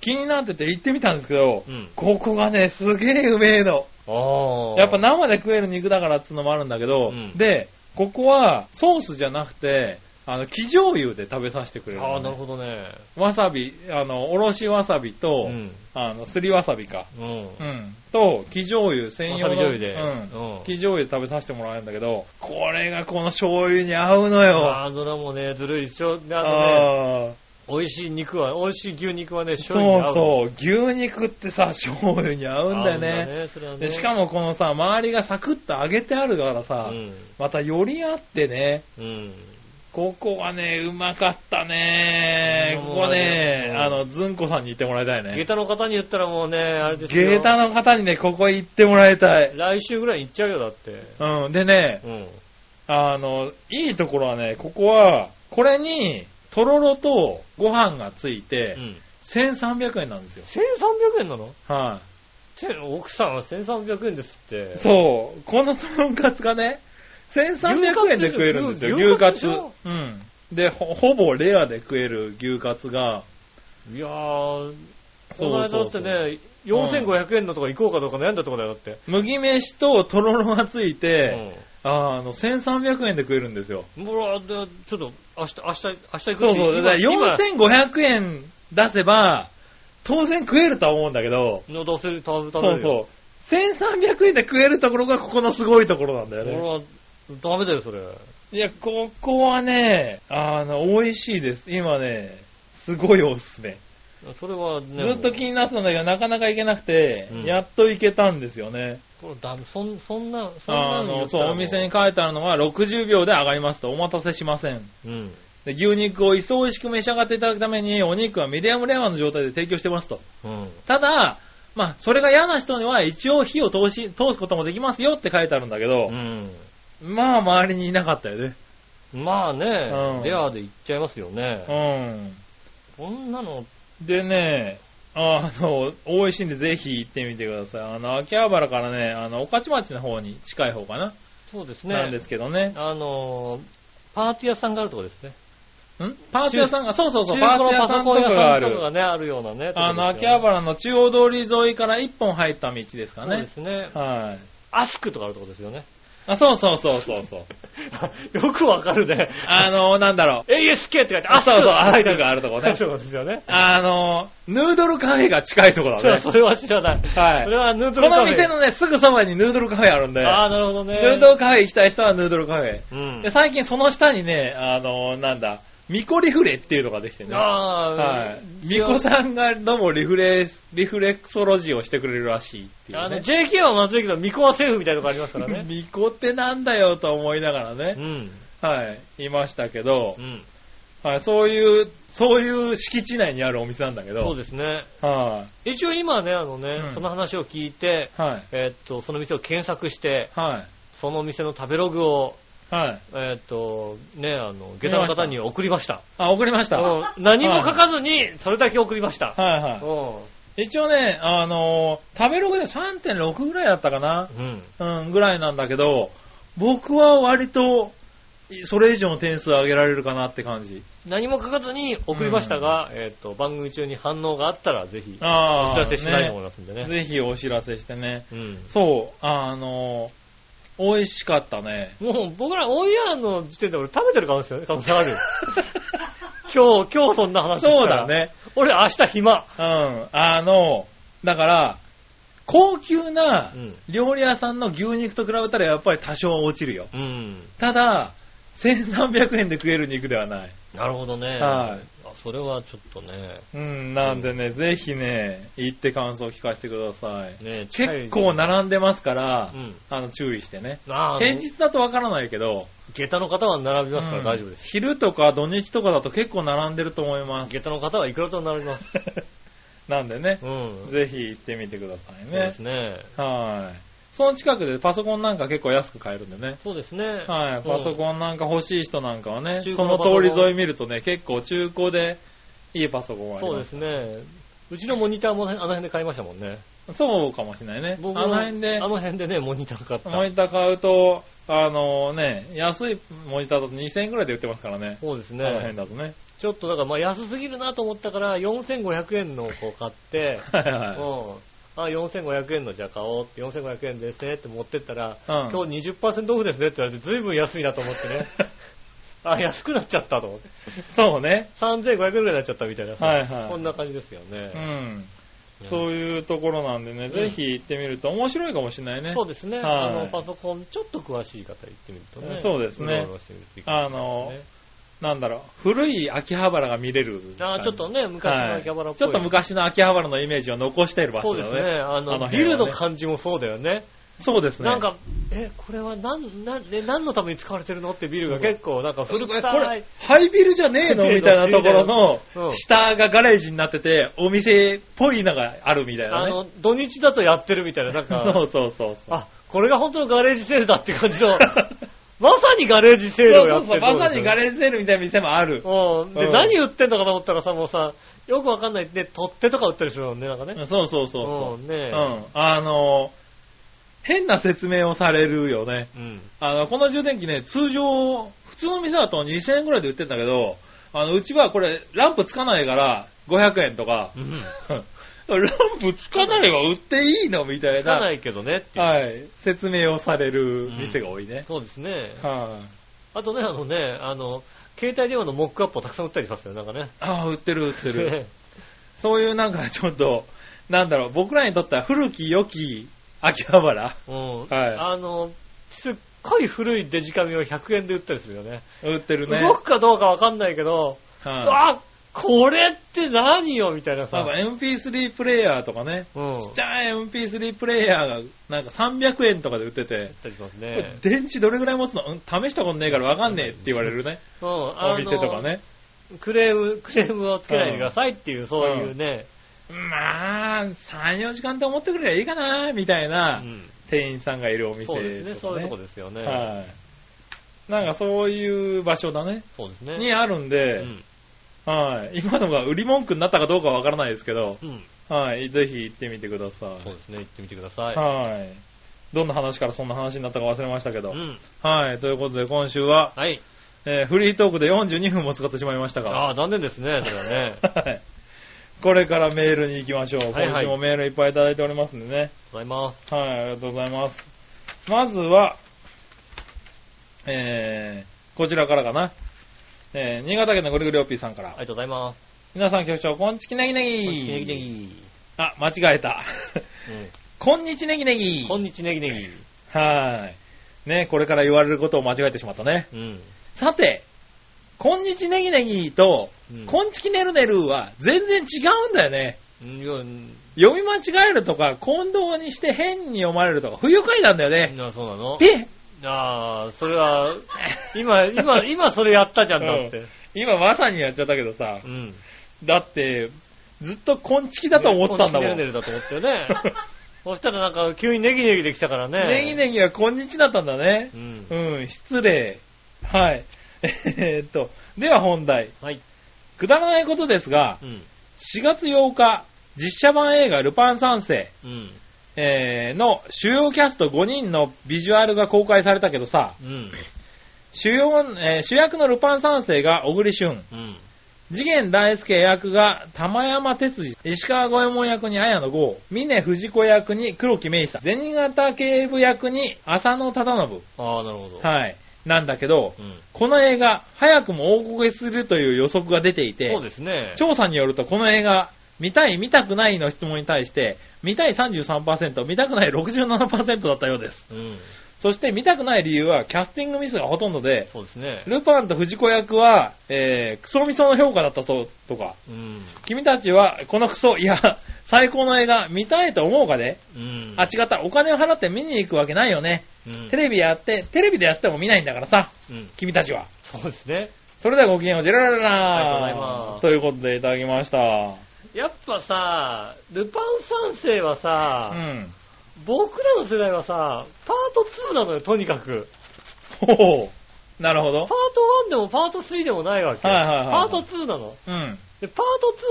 気になってて行ってみたんですけど、うん。ここがね、すげえうめえの。ああ。やっぱ生で食える肉だからっつうのもあるんだけど、うんで、ここはソースじゃなくて、あの、生醤油で食べさせてくれるのね、ああ、なるほどね。わさび、あの、おろしわさびと、うん。あの、すりわさびか。うん。うん。と、生醤油専わ用さの。び醤油で。うん。うん生醤油で食べさせてもらえるんだけど、これがこの醤油に合うのよ。ああ、それはもうね、ずるい。しょ、であのね、あー美味しい肉は、美味しい牛肉はね、醤油に合。そううそう。牛肉ってさ、醤油に合合ううんんだだよよね。ね。それはね。でしかも、もこのさ、周りがサクッと揚げてあるからうさ、ん。またよりあってね、うん。ここはね、うまかったね。うんここね、うんあの、ずんこさんに行ってもらいたい下ね。駄の方に言ったらもうね、あれですよ。ゲータの方にね、ここ行ってもらいたい。来週ぐらい行っちゃうよ、だって。うん。でね、うん。あの、いいところはね、ここは、これに、とろろとご飯がついて、うん。 1300円なんですよ。 1300円なのはて奥さんは1300円ですってい。。そう。このとろカツがね、1300円で食えるんですよ、牛牛カカツ。ツうん。でほ、ほぼレアで食える牛カツが、いやー、そこうの間だそうってそうね、4500円のとか行こうかどうか悩んだとこだよ、だって。麦飯ととろろがついて、うあの、1300円で食えるんですよ。ん。もう、でちょっと、明日、明日、明日行くそうそう。だから今4500円出せば、当然食えるとは思うんだけど、今のどうせ食べ、食べそうるよ。そう。1300円で食えるところがここのすごいところなんだよこれね。は、ダメだよ、それ。いや、ここはね、あの、美味しいです。今ね、すごいおすすめ。それはね、ずっと気になってたんだけど、なかなか行けなくて、うんやっと行けたんですよね。これダメ、そん、そんな、そんなあ言の、ったそうら、もお店に。書いてあるのは、60秒で上がりますと、お待たせしません。うん。で牛肉を一層美味しく召し上がっていただくために、お肉はミディアムレアの状態で提供してますと。うん。ただ、まあ、それが嫌な人には一応火を通し、通すこともできますよって書いてあるんだけどう、ん。まあ、周りにいなかったよね。まあうんね、レアで行っちゃいますよね。こんなの、うん。でね、あの、美味しいんでぜひ行ってみてください。あの、秋葉原からね、あの、御徒町の方に近い方かな、そうですなんでね。すけどね。あのー、パーティー屋さんがあるとこですね。んパーティー屋さんが、そうそうそう、パー中テ古のィー屋パさソんとコンか屋がさあんとかる。がね、あるようなね。あの、とこです秋よね葉原の中央通り沿いから一本入った道ですかそうねで。すね。はい。アスクとかあるとこですよね。 あ、そうそうそうそう そう。よくわかるね。あの、なんだろ ASK って書いて、う。あ、アスクそうそう、ああそることがこあるとこあねる。とこですよね。あの、ヌードルカフェが近いところそだうね。それは知らない。はいそれはヌードこルカフェの店のね、すぐそばにヌードルカフェあるんで、ああ、なるほどね。ヌードルカフェ行きたい人はヌードルカフェ。うんで。最近その下にね、あの、なんだ、ミコリフレっていうのができてね。ああ、はい。ミ違うコさんがどうもリフレ、リフレクソロジーをしてくれるらしいっていあう、の、ね。 JK はまずいけど、ミコはセーフみたいなとこありますか らね。ミコってなんだよと思いながらうね、ん。はい、いましたけどう、ん。はい、そういう、そういう敷地内にあるお店なんだけど、そうですね。は一応今ね、あのね、うんその話を聞いて、い、はい、えーっと、その店を検索して、はその店の食べログを、い、はい。えーっと、ね、あの、下駄の方に送りました。あ、送りました。はうん何も書かずに、それだけ送りました。いはい。う一応ね、あのー食べログで3.6ぐらいだったかな、ん。うん、ぐらいなんだけど、僕は割と、いそれ以上の点数上げられるかなって感じ。何も書かずに送りましたが、えっ、と、番組中に反応があったら、ぜひ、あお知らせしたいと思いねますんでね。ぜひお知らせしてね。うん。そう、あのー美味しかったね。もう、僕らオンエアの時点で俺食べてる可能性可能性ある。 今日、今日そんな話したら。そうだ。ね。俺明日暇。うん、あの、だから、高級なうん。料理屋さんの牛肉と比べたらやっぱり多少は落ちるよ。うん。ただ、1300円で食える肉ではない。なるほどね。はいあ。それはちょっとね、うん、なんでね、ぜひね、行って感想を聞かせてください。ね結構な、並んでますからう、ん。あの、注意してね。ああ、平日だとわからないけど、下駄の方は並びますかうらん大丈夫です。昼とか土日とかだと結構並んでると思い ます。下駄の方はいくらと並びます。なんでね、うん。ぜひ行ってみてくださいそうでねす。ね。はい。その近くでパソコンなんか結構安く買えるんでね。そうですね。はい、パソン。コンなんか欲しい人なんかはね、中古そののパソコ通ンり沿い見るとね、結構中古でいいパソコンがありそうま。ですすね。うちのモニターもあの辺で買いましたもんね。そうかもしれないね。僕あの辺であ、の辺でね、モニター買った。モニター買うと、あのね、安いモニターだと2000円くらいで売ってますからね。そうですあの辺ね。だとね。ちょっとだから、まあ安すぎるなと思ったから、4500円のをこう買って、はいはうん。あ、4500円のじゃあ買おうって、4500円ですねって持ってったら、う今ん日20%オフですねって言われて、随分安いなと思って ね。あ、安くなっちゃったと思って。い。そうね。 3500円ぐらいになっちゃったみたいなさ。はいはいこんな感じですよねう。ん。うんそういうところなんでね、んぜひ行ってみると面白いかもしれないねそ。うですね。はいあの、パソコンちょっと詳しい方行ってみるとね。そうですねろろしてみるといいかもしれないですねなんだろう、古い秋葉原が見れる。あーちょっとね、昔の秋葉原はっぽい。いちょっと昔の秋葉原のイメージを残している場そ所うだでね。すね。ああのの、ビ辺はねルの感じもそうだよね。そうですね。なんか、え、これは何、なん、ね何のために使われてるのってビルが結構、なんか古臭これい。、ハイビルじゃねえのみたいなところうの、ん下がガレージになってて、お店っぽいのがあるみたいなあね。の、土日だとやってるみたいな、なん そか、うそうそうそう。あ、これが本当のガレージセールだって感じの、まさにガレージセールをやってる。まさにガレージセールみたいな店もある。うん。で、うん何売ってんのかと思ったらさ、もうさ、よくわかんない。で、取っ手とか売ったりするもんね、なんかね。そうそうそうそうう。んうねん。あの、変な説明をされるよね。うん。あの、この充電器ね、通常、普通の店だと2000円ぐらいで売ってんだけど、あの、うちはこれ、ランプつかないから、500円とか、うん。ランプつかないは売っていいのみたいつかなな、いけどねっていう。はい、説明をされる店が多いね。そうですね。はい、あとね、あのね、あの、携帯電話のモックアップをたくさん売ったりしますよね、なんかね。ああ、売ってる売って る。ねそういうなんかちょっと、なんだろう、僕らにとっては古き良き秋葉原。うん。はいあの、すっごい古いデジカメを100円で売ったりするよね。売ってるね。動くかどうかわかんないけど、はいあ、これって何よみたいななんさか。MP3 プレイヤーとかね、うん。ちっちゃい MP3 プレイヤーがなんか300円とかで売ってて、たりしますこねれ。電池どれぐらい持つのうん試したことねえからわかんねえって言われるね。うん。あの お店とか。ね。クレーム、クレームをつけないでくださいっていう、そういうね。まあ、3、4時間って思ってくれりゃいいかな、みたいうな、ん。店員さんがいるお店とそか、うね。ですね、そういうとこですよね。はい。なんかそういう場所だね。そうですね。にあるんで、うんはい。今のが売り文句になったかどうかわからないですけど、うん。はい。ぜひ行ってみてくださそうでい。すね、行ってみてください。はい。どんな話からそんな話になったか忘れましたけどう。ん。はい。ということで今週は、はい。えーフリートークで42分も使ってしまいましたが、ああ、残念ですね、それはね。はい。これからメールに行きましょう。はい今はい週もメールいっぱいいただいておりますんでね。ございます。はい、ありがとうございます。まずは、えー、こちらからかな。えー、新潟県のぐるぐるおっぴーさんからあ。りがとうございます。皆さん局長、こんちきねぎねぎ。ネギネギ。あ、間違えた。 こんにちねぎねぎ。こんにちネギネはーい。ね、これから言われることを間違えてしまったね。ギ。うん。さて、こんにちねぎねぎと、うんこんちきねるねるは全然違うんだよね。うんいや読み間違えるとか、混同にして変に読まれるとか、不愉快なんだよね。なそうなのえああ、それは、今、今、今それやったじゃんだって。今まさにやっちゃったけどさう、ん。だって、ずっとこんちきだと思ってたんこだもちきねるねん。るだと思ったよね。そしたらなんか急にネギネギできたからね。 ネギネギはこんにちだったんだね。うん。うん、失礼。はい。 えーっと、では本題。はい。くだらないことですが、うん。 4月8日、実写版映画ルパン三世、うん。えーの主要キャスト5人のビジュアルが公開されたけどさ、うん。主要、えー主役のルパン三世が小栗旬、うん。次元大介役が玉山哲司、石川五右衛門役に綾野剛、峰藤子役に黒木芽衣さん、銭形警部役に浅野忠信。ああ、なるほど。はい。なんだけど、うん。この映画、早くも大こけするという予測が出ていてそう、ですね。調査によるとこの映画、見たい、見たくないの質問に対して、見たい33%、見たくない67%だったようです。うん。そして見たくない理由はキャスティングミスがほとんどで、そうですね。ルパンと藤子役は、えー、クソミソの評価だったと、とか、うん。君たちはこのクソ、いや、 最高の映画見たいと思うかで、うん。あ、違った、お金を払って見に行くわけないよね。うんテレビやって、テレビでやってても見ないんだからさ、うん。君たちは。そうですね。それではごきげんよう、ジェララララありがとうございますということでいただきました。やっぱさ、ルパン三世はうさ、ん。僕らの世代はさ、パート2なのよ、とにかく。ほう。なるほどパー。ト1でもパート3でもないわけ。はいはいはいパート2なの。うん。で、パー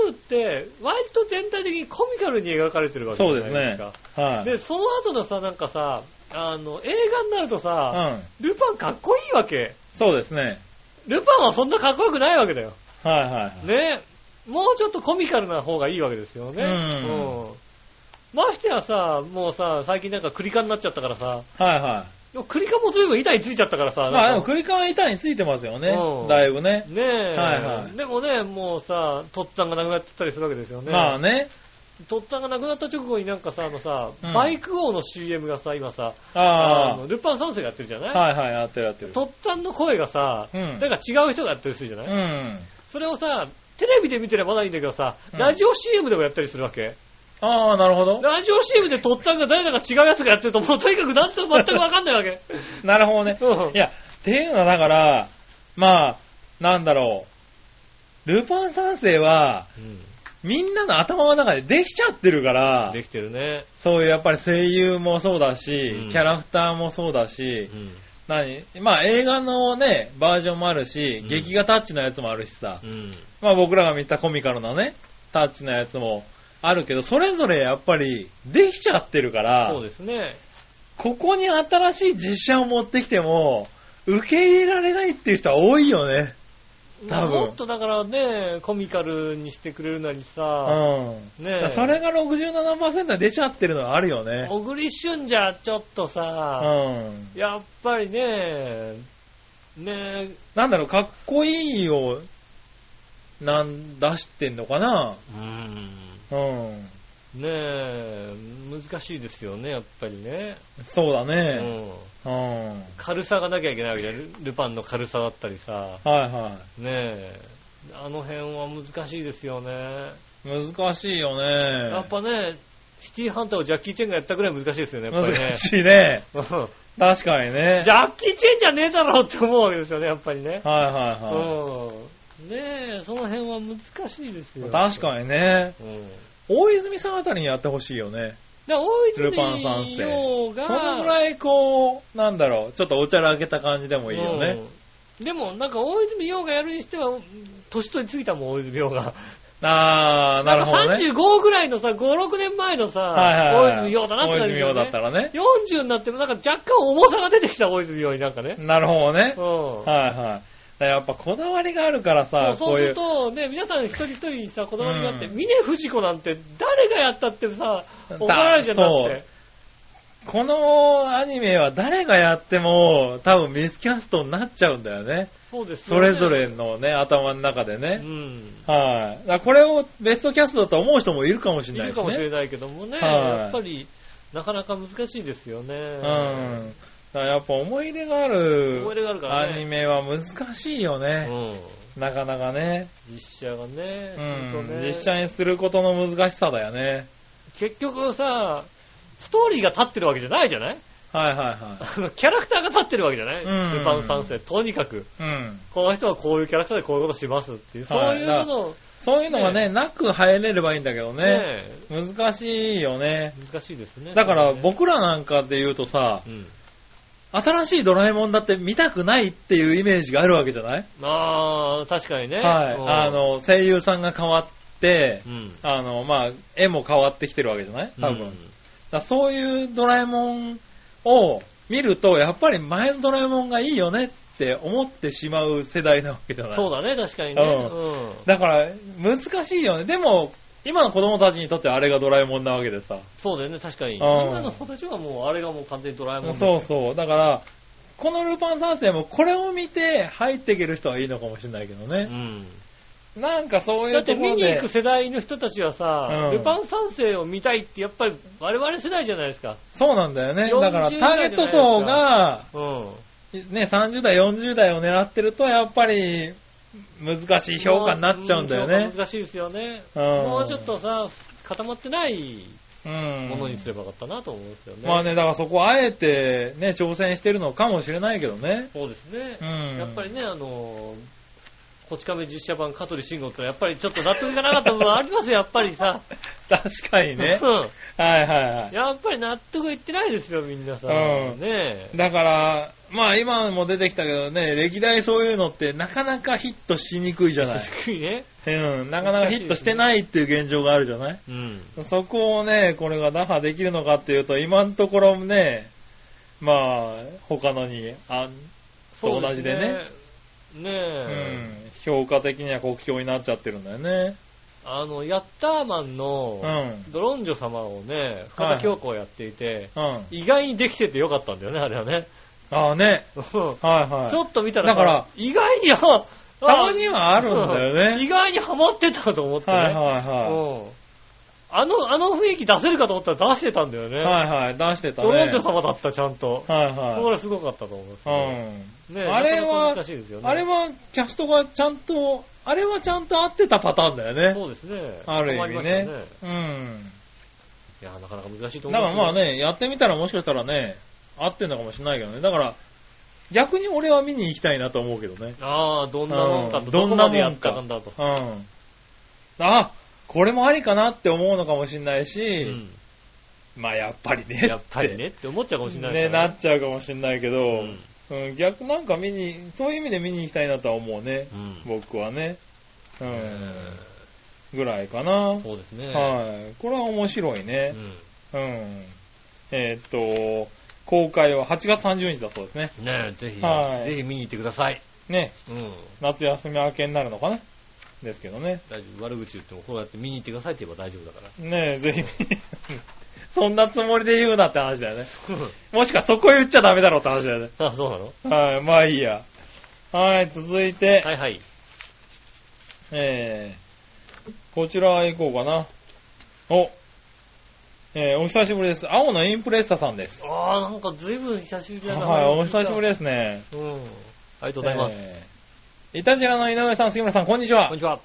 ト2って、割と全体的にコミカルに描かれてるわけじゃないですか。はい。で、その後のさ、なんかさ、あの、映画になるとうさ、ん。ルパンかっこいいわけ。そうですね。ルパンはそんなかっこよくないわけだよ。はいはいはい。ね。もうちょっとコミカルな方がいいわけですよね。うんうんましてやさ、もうさ、最近なんかクリカになっちゃったからさ、はいはでもクリカも随分板についちゃったからさ、い。まあでなんも、かクリカンは板についてますよねうん。だいぶね。ねえ、はいはいでもね、もうさ、とっつぁんがなくなっちゃったりするわけですよね。まあね。とっつぁんがなくなった直後になんかさ、あのさ、うんバイク王の CM がさ、今さ、ああのルパン三世がやってるじゃないあ。はいはい、やってるやってる。とっつぁんの声がさ、うんなんか違う人がやってるりするじゃなうい、ん。それをさ、テレビで見てればまだいいんだけどさ、うんラジオ CM でもやったりするわけ。ああ、なるほど。ラジオ CM でとっつぁんが誰だか違うやつがやってると、もうとにかくなんとも全くわかんないわけ。なるほどね。うんいや、っていうのはだから、まあ、なんだろう。ルパン三世は、みんなの頭の中でできちゃってるから、できてるね。そういうやっぱり声優もそうだし、うんキャラクターもそうだし、何まあ映画のね、バージョンもあるし、うん劇画タッチのやつもあるしさ、うん。まあ僕らが見たコミカルなね、タッチのやつもあるけど、それぞれやっぱりできちゃってるからそう、ですね。ここに新しい実写を持ってきても、受け入れられないっていう人は多いよね。多分もっとだからね、コミカルにしてくれるなりうさ、ん。だねからそれが67%出ちゃってるのはあるよね。小栗旬じゃちょっとうさ、ん。やっぱりね、ねなんだろう、かっこいいを、なん、出してんのかなうん。うん。ねえ、難しいですよね、やっぱりね。そうだうね。ん。うん。軽さがなきゃいけないわけじゃん。ルルパンの軽さだったりさ。はいはねえ。あの辺は難しいですよね。い。難しいよやっね。ぱね、シティーハンターをジャッキー・チェンがやったぐらい難しいですよね、やっぱりね難。しいね。うん確かにねジ。ャッキー・チェンじゃねえだろって思うわけですよね、やっぱりね。はいはいはうん。ねえ、その辺は難しいですよ。い。確に。かにね。うん。大泉さんあたりにやってほしいよね。だから大ルパン三泉世洋が、そのぐらいこう、なんだろう、ちょっとおちゃらけた感じでもいいよね。うん。でも、なんか大泉洋がやるにしては、うん年取りすぎたもん、大泉洋が。あー、なるほどんかね。 35ぐらいのさ、5、6年前のさ、はいはいはい。大泉洋だなって大感じ泉洋だったらね。 40になってもなんか若干重さが出てきた大泉洋になんかね。なるほどねう。ん。はいはい。だからやっぱこだわりがあるからそさう、そこううすいるう。と、ね、皆さん一人一人にさ、子供になって、う峰藤子なんて誰がやったってさ、怒られちゃうんだって。このアニメは誰がやっても多分ミスキャストになっちゃうんだよね。そうですそよねれぞれ。のね、頭の中でうね。ん。はい。だからこれをベストキャストだと思う人もいるかもしいれないるしかもしね。れないけどもね、はいやっぱり、なかなか難しいですよね。うん。だからやっぱ思い入れがある思い入れがあるからねアニメは難しいよね。うん。なかなかね。実写がね、うほんとん。ね実写にすることの難しさだよね。結局さ、ストーリーが立ってるわけじゃないじゃないはいはいはあのキャラクターが立ってるわけじゃない、うんルパン三世。とにかく、い。うん。この人はこういうキャラクターでこういうことしますっていう、そういうものをそういうのがねね、なく入れればいいんだけどね。ね、難しいよね。難しいですね。だからそれはね、僕らなんかで言うとさ、うん。新しいドラえもんだって見たくないっていうイメージがあるわけじゃないああ、確かにね。はい。うんあ、の、声優さんが変わってう、ん。あの、まあ、絵も変わってきてるわけじゃない多分。うんだからそういうドラえもんを見ると、やっぱり前のドラえもんがいいよねって思ってしまう世代なわけじゃないそうだ。だね、確かにね。ううん。から、難しいよね。でも、今の子供たちにとってはあれがドラえもんなわけでさ。そうだよね、確かに。ん今の子たちはもう、あれがもう完全にドラえもんだそうそう。だから、このルパン三世もこれを見て入っていける人はいいのかもしれないけどうね。ん。なんかそういだっうとてこ見ろに行でく、世代の人たちはさ、うんルパン三世を見たいってやっぱり我々世代じゃないですか。そうなんだよね。 40だからターゲット層が、うん。ね、30代、40代を狙ってると、やっぱり、難しい評価になっちゃうんだようね評。価難しいですよね。うんもうちょっとさ、固まってないうんものにすればよかったなと思うんですよね。まあね、だからそこあえてね、挑戦してるのかもしれないけどね。そうですね。うん。やっぱりね、あのー、こち亀実写版香取慎吾ってのはやっぱりちょっと納得いかなかった部分はありますよ、やっぱりさ。確かにねう。ん。はいはいはい。やっぱり納得いってないですよ、みんなさ。うねん え。だから、まあ今も出てきたけどね、歴代そういうのってなかなかヒットしにくいじゃない。低いね。うん、なかなかヒットしてないっていう現状があるじゃないうん。そこをね、これが打破できるのかっていうと、今のところね、まあ、他のに、あと同じでねそうですね。ねうえ。ん、評価的には国評になっちゃってるんだよね。あの、ヤッターマンの、うん。ドロンジョ様をね、深田京子をやっていて、うん。意外にできててよかったんだよね、あれはね。ああね、うん ちょはいはい。っと見たら、だから、意外には、 たまにはあるんだよそうね。意外にハマってたと思ってね。はいはうんあの、あの雰囲気出せるかと思ったら出してたんだよね。いはい。はいはい、出してたね。ドロンジョ様だった、ちゃんと。はいこはれすごかったと思うんですけどい。うん。ねあれはなかなか難しいですよねあれはキャストがちゃんと、あれはちゃんと合ってたパターンだよね。そうですね。ある意味ね困りましうん。たいや、なかなか難しいとだ思かいまらすまあね。ね、やってみたらもしかしたらね、合ってんのかもしれないけどね。だから、逆に俺は見に行きたいなと思うけどね。ああ、どんなもんかと、うんどどこんまなもんかでやったんだと。うん。あ、これもありかなって思うのかもしれないし、うまあやっぱりね。んやっぱりねって思っちゃうかもしって。れないで ね、すよなっちゃうかもしれないけど、うんうん、逆なんか見に、そういう意味で見に行きたいなとは思うね。うん僕はね。うん。えぐらいかな。ーそうですね。はい。これは面白いねう。うん。えーっと、公開は8月30日だそうですね。んねえ、ぜひ、はいぜひ見に行ってください。ね、うん。夏休み明けになるのかなですけどね。大丈夫。悪口言っても、こうやって見に行ってくださいって言えば大丈夫だから。 ねえ、ぜひ 見そんなつもりで言うなって話だよね。うんもしかそこ言っちゃダメだろうって話だよね。あ、そうなのはい、まあいいや。はい、続いて、はいはい。えー、こちら行こうかな。お、えー、お久しぶりです。青のインプレッサさんです。ああ、なんか随分久しぶりだな。はい、お久しぶりですね。うん。ありがとうございます。えー。いたじらの井上さん、杉村さん、こんにちこんはに。ちは。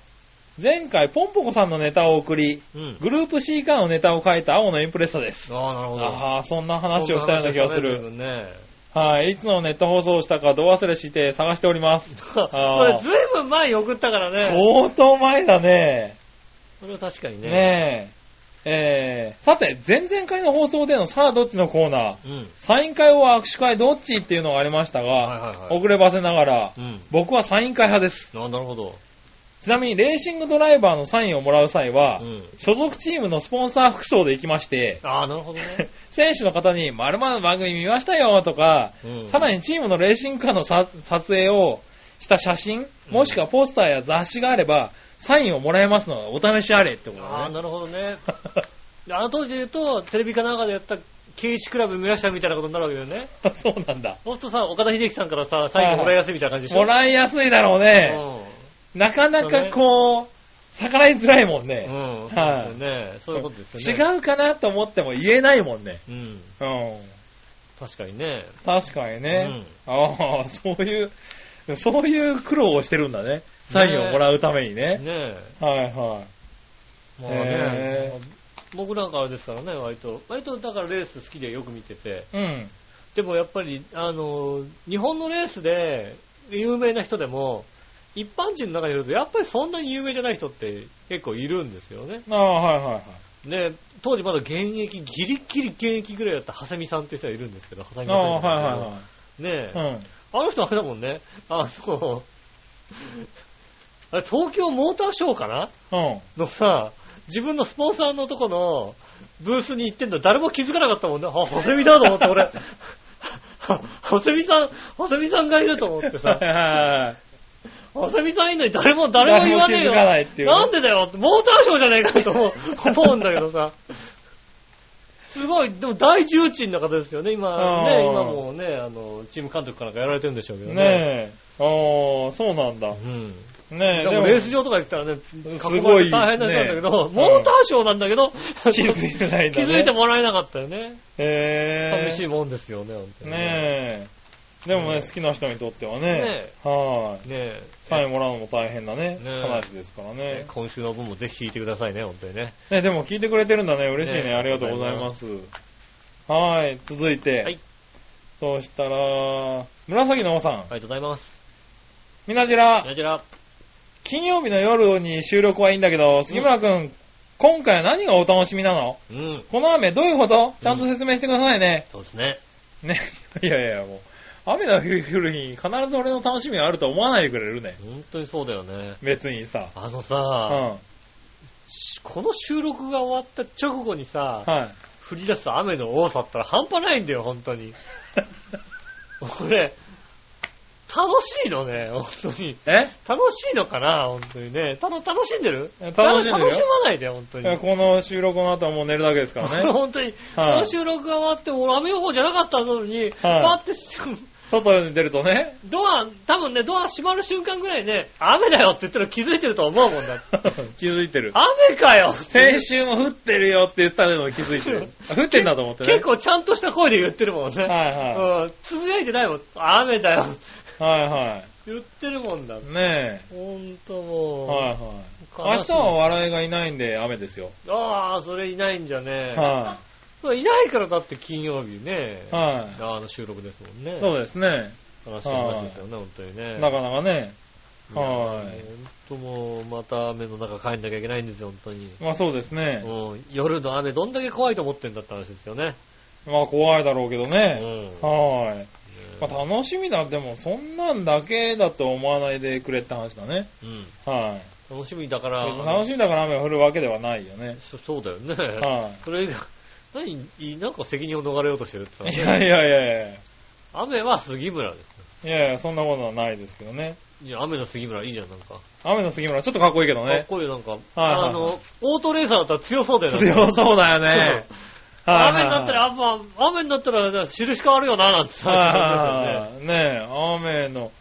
前回、ポンポコさんのネタを送り、うん。グループ C からのネタを書いた青のインプレッサです。ああ、なるほど。ああ、そんな話をしたような気がすそる。んな話をしたね。はい、いつのネット放送したかど忘れして探しております。 これずいぶん前に送ったからね。相当前だね。これは確かにね。ねえ。えー、さて、前々回の放送でのさあどっちのコーナー、うん。サイン会は握手会どっちっていうのがありましたが、はいはいはい。遅ればせながら、うん。僕はサイン会派です。あなるほど。ちなみに、レーシングドライバーのサインをもらう際は、うん。所属チームのスポンサー服装で行きまして、ああ、なるほどね。選手の方に、〇〇の番組見ましたよとか、うん さらにチームのレーシングカーのさ撮影をした写真、もしくはポスターや雑誌があれば、サインをもらえますので、お試しあれってことああ、だね。なるほどね。あの当時で言うと、テレビかなんかでやった、ケイチクラブ見ましたみたいなことになるわけだよね。 そうなんだ。ほんとさ、岡田秀樹さんからさ、サインもらいやすいみたいな感じでしょ。もらいやすいだろうね。なかなかこう、逆らいづらいもんうね。ん。うん。そうはいですよね。そういうことですよね。違うかなと思っても言えないもんね。う。うん。うん。確かにね。確かにね。ああ、そういう、そういう苦労をしてるんだね。サインをもらうためにね。ねえ。はいはい。まあねへ。僕なんかあれですからね、割と。割とだからレース好きでよく見てて。うん。でもやっぱり、あの、日本のレースで有名な人でも、一般人の中にいると、やっぱりそんなに有名じゃない人って結構いるんですよね。ああ、はいはいはい。で、当時まだ現役、ギリギリ現役ぐらいだった長谷美さんっていう人がいるんですけど、長谷あ美あ、さんはいはいっていはう人がねえい。うん。あの人あれだもんね。あの、あれ東京モーターショーかなうん。のさ、自分のスポンサーのとこのブースに行ってんだ。誰も気づかなかったもんね。あ、ホセミだと思って、 俺。ホセミさん、ホセミさんがいると思 ってさは、いはいはい。ホセミさんいるのに誰も、誰も言わねえよ。誰も気づかないっていうねなんでだよモーターショーじゃねえかと思う思うんだけど さ。すごい、でも大重鎮な方ですよね、今。うね、ん今もうね、あの、チーム監督かなんかやられてるんでしょうけどね。ねえ。ああ、そうなんだ。うん。ねえ、でもレース場とか行ったらね、す囲まごれいて大変だったんだけど、ねモーターショーなんだけど、気づいてないんだ 気ね。づいてもらえなかったよね。へえ寂しいもんですよね、本当にねえ。でもね、ねえ好きな人にとってはねね、はーい。ねえ。サインもらうのも大変なね、ねえ話ですからねね。今週の分もぜひ聞いてくださいね、本当にね。ね、でも聞いてくれてるんだね。嬉しいね。ねえありがとうございます。はーい。続いて。はいそうしたら、紫の王さん。ありがとうございます。みなじら、やじら。金曜日の夜に収録はいいんだけど、杉村くん、今回は何がお楽しみなのうん。この雨どういうことちゃんと説明してくださいね。そうですね。ね。 いやいや、もう。雨の降る日に必ず俺の楽しみがあると思わないでくれるね。本当にそうだよね。別にさ。あのうさ、ん。しこの収録が終わった直後にさ、はい。降り出す雨の多さったら半端ないんだよ、本当 に。これ、楽しいのね、本当に。え楽しいのかな、本当にね。たの楽しんでるいや楽しんでるよ楽しまないで、本当に。この収録の後はもう寝るだけですからこれ ね。本当に、こはいの収録が終わって、俺雨予報じゃなかったのに、パって、外に出ると ね。ドア、多分ね、ドア閉まる瞬間ぐらいね、雨だよって言ったら気づいてると思うもんだって。気づいてる。雨かよって先週も降ってるよって言ってたのに気づいて る。あ降ってんだと思ってね。結構ちゃんとした声で言ってるもんね。はいはうん、つぶやいてないもん。雨だよ。い。はいは言ってるもんだ。い。ねほんとえ。もう。はいはい。明日は笑いがいないんで雨ですよ。ああ、それいないんじゃね。、はいないからだって金曜日ね。い。はあの収録ですもんね。い。そうですね。悲しい話ですよね、本当にね。なかなかね。はいや本当もう、また雨の中帰んなきゃいけないんですよ、本当に。まあそうですね。うん、夜の雨どんだけ怖いと思ってんだって話ですよね。まあ怖いだろうけどうん。ね。はい。まあ楽しみだ。でもそんなんだけだと思わないでくれって話だね。うんはい。楽しみだから。別に楽しみだから雨が降るわけではないよね。そそうだよね。はそれが、何、いなんか責任を逃れようとしてるってい。い話やいやいやいや。雨は杉村です。いやいや、そんなことはないですけどね。いや、雨の杉村いいじゃん、なんか。雨の杉村、ちょっとかっこいいけどかっね。こいいよ、なんか。はいはいあの、オートレーサーだったら強そうだよね。強そうだよ ね。はい雨になったら、やっぱ、雨になったら、印変わるよな、なんてはい話はいはいねえ、雨の、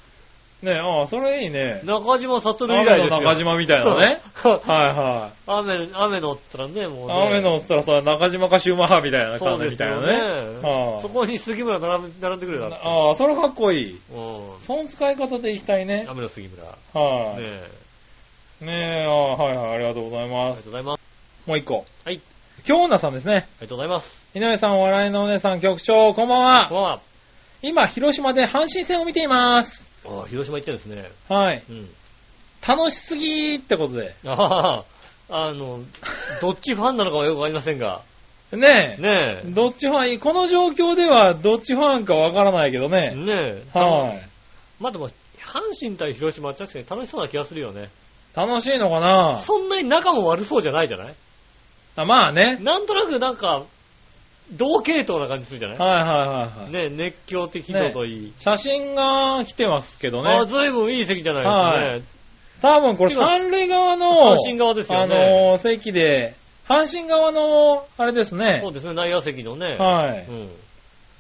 ねえ、ああ、それいいねです。よね。中島悟以雨来のですよ。中島みたいなね。はいはい。 雨、雨のったらね、もうね。雨のっつったらさ、中島かシューマッハみたいなそう感でじみすたいよなねね。。はいそこに杉村並ん並んでくれたら。ああ、それかっこいい。うん。その使い方でいきたいね。雨の杉村。ねはい、え。ねえ、ああ、はいはい、ありがとうございありまがす。とうございます。もう一個。はい。京奈さんですね。ありがとうございます。井上さん、お笑いのお姉さん、局長、ここんばんんは。ばんは。今、広島で阪神戦を見ています。ああ広島行ってんですね。はい。うん。楽しすぎーってこ とで。あははあの、どっちファンなのかはよくわかりませんが。ねえ。ねどっちファン、この状況ではどっちファンかわからないけどえ。ね。ねえ。はい。まあでも、阪神対広島は確かに楽しそうな気がするよね。楽しいのかなそんなに仲も悪そうじゃないじゃないあまあね。なんとなくなんか、同系統な感じするじゃないはいはいはいはい。ねえ熱狂的度といい。写真が来てますけどああ、ね。ずいぶんいい席じゃないはです多分これ今三塁側の、阪神側ですよねあのー、席で、阪神側の、あれですかね。そうね。ですね、内野席のね。はうい。ん。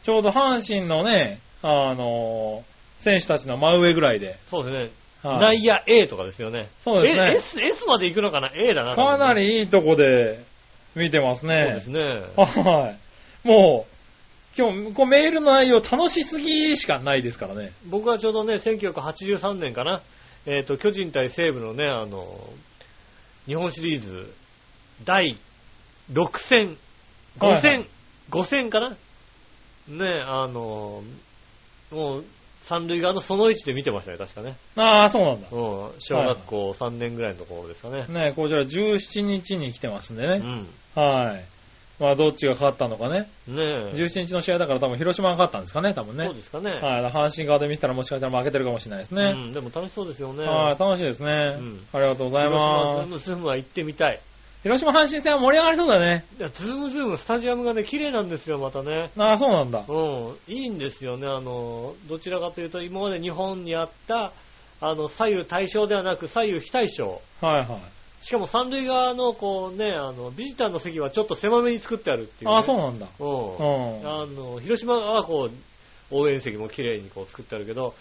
ちょうど阪神のね、あのー、選手たちの真上ぐらいで。そうですね。はい内野 A とかですよね。そうですえね。 S、S まで行くのかな ?A だな。かなり。りいいとこで見てますそうでねす。ね。はい。もう、今日、こうメールの内容楽しすぎしかないですからね。僕はちょうどね、1983年かな。えっ、と、巨人対西武のね、あの、日本シリーズ、第6戦、5はいは戦、5戦かなね、あの、もう、三塁側のその位置で見てましたね、確かね。ああ、そうなんだ。うん、小学校3年ぐらいのところですかね。ね、こちら17日に来てますんでうね。ん。はい。まあ、どっちが勝ったのかね。ねえ。 17日の試合だから多分広島が勝ったんですかね、多分ね。そうですかね。はい。阪神側で見てたらもしかしたら負けてるかもしれないですうね。ん、でも楽しそうですよね。はい、楽しいですね、うんありがとうござい広島まズーす。ムズームは行ってみたい。広島阪神戦は盛り上がりそうだね。いや、ズームズーム、スタジアムがね、綺麗なんですよ、またね。ああ、そうなんだ。うん、いいんですよね、あの、どちらかというと、今まで日本にあった、あの、左右対称ではなく、左右非対称。はいはい。しかも三塁側の、こうね、あの、ビジターの席はちょっと狭めに作ってあるっていう、ね。ああ、そうなんだ。うんうん。あの、広島はこう、応援席も綺麗にこう作ってあるけど、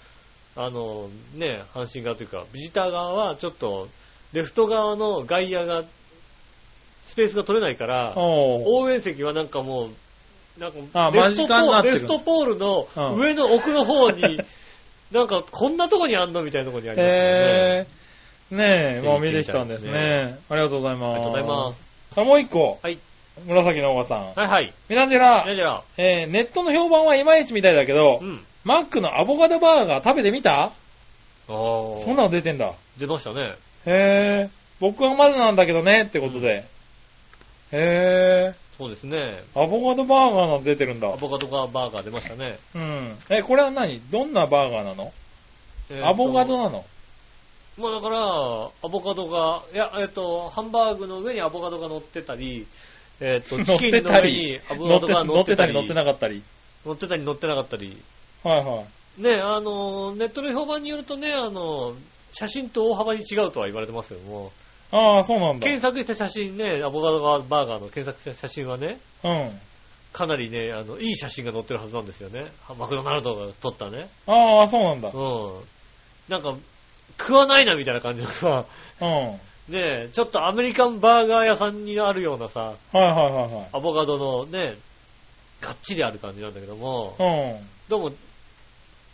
あの、ね、阪神側というか、ビジター側はちょっと、レフト側の外野が、スペースが取れないから、おー応援席はなんかもう、なんかあレフト間近にポなーってル、るレフトポールの上の奥の方 に、なんかこんなとこにあんのみたいなとこにありますよね。へー。ねえ、もう見てきたんです見てみね。ありがとうございまあす。。りがとうございますす。さあ、もう一個。はい。紫のおばさん。はいはい。みなじらじゃ、あじゃあ、えーネットの評判はいまいちみたいだけどう、ん。マックのアボカドバーガー食べてみたあーそんなの出てんだ。出ましたね。へー。僕はまだなんだけどね、ってことで。へそうですね。ー。アボカドバーガーなんて出てるんだア。ボカドがバーガー出ましたね。うん。え、これは何どんなバーガーなのえーとアボカドなのまあだから、アボカドが、いや、えっと、ハンバーグの上にアボカドが乗ってたり、えっ と、チキンの上にアボ乗カドがって乗乗っっててたたりり、乗ってなかったり。乗ってたり乗ってなかったり。はいはい。ね、あの、ネットの評判によるとね、あの、写真と大幅に違うとは言われてますけども、ああ、そうなんだ。検索した写真ね、アボカドがバーガーの検索した写真はね、うん。かなりね、あの、いい写真が載ってるはずなんですよね。マクドナルドが撮ったね。ああ、そうなんだ。ううん。なんか、食わないなみたいな感じのさ、ん。はいねえ、ちょっとアメリカンバーガー屋さんにあるようなさ、はいはアボカドのね、がっちりある感じなんだけども、いはい。どうも、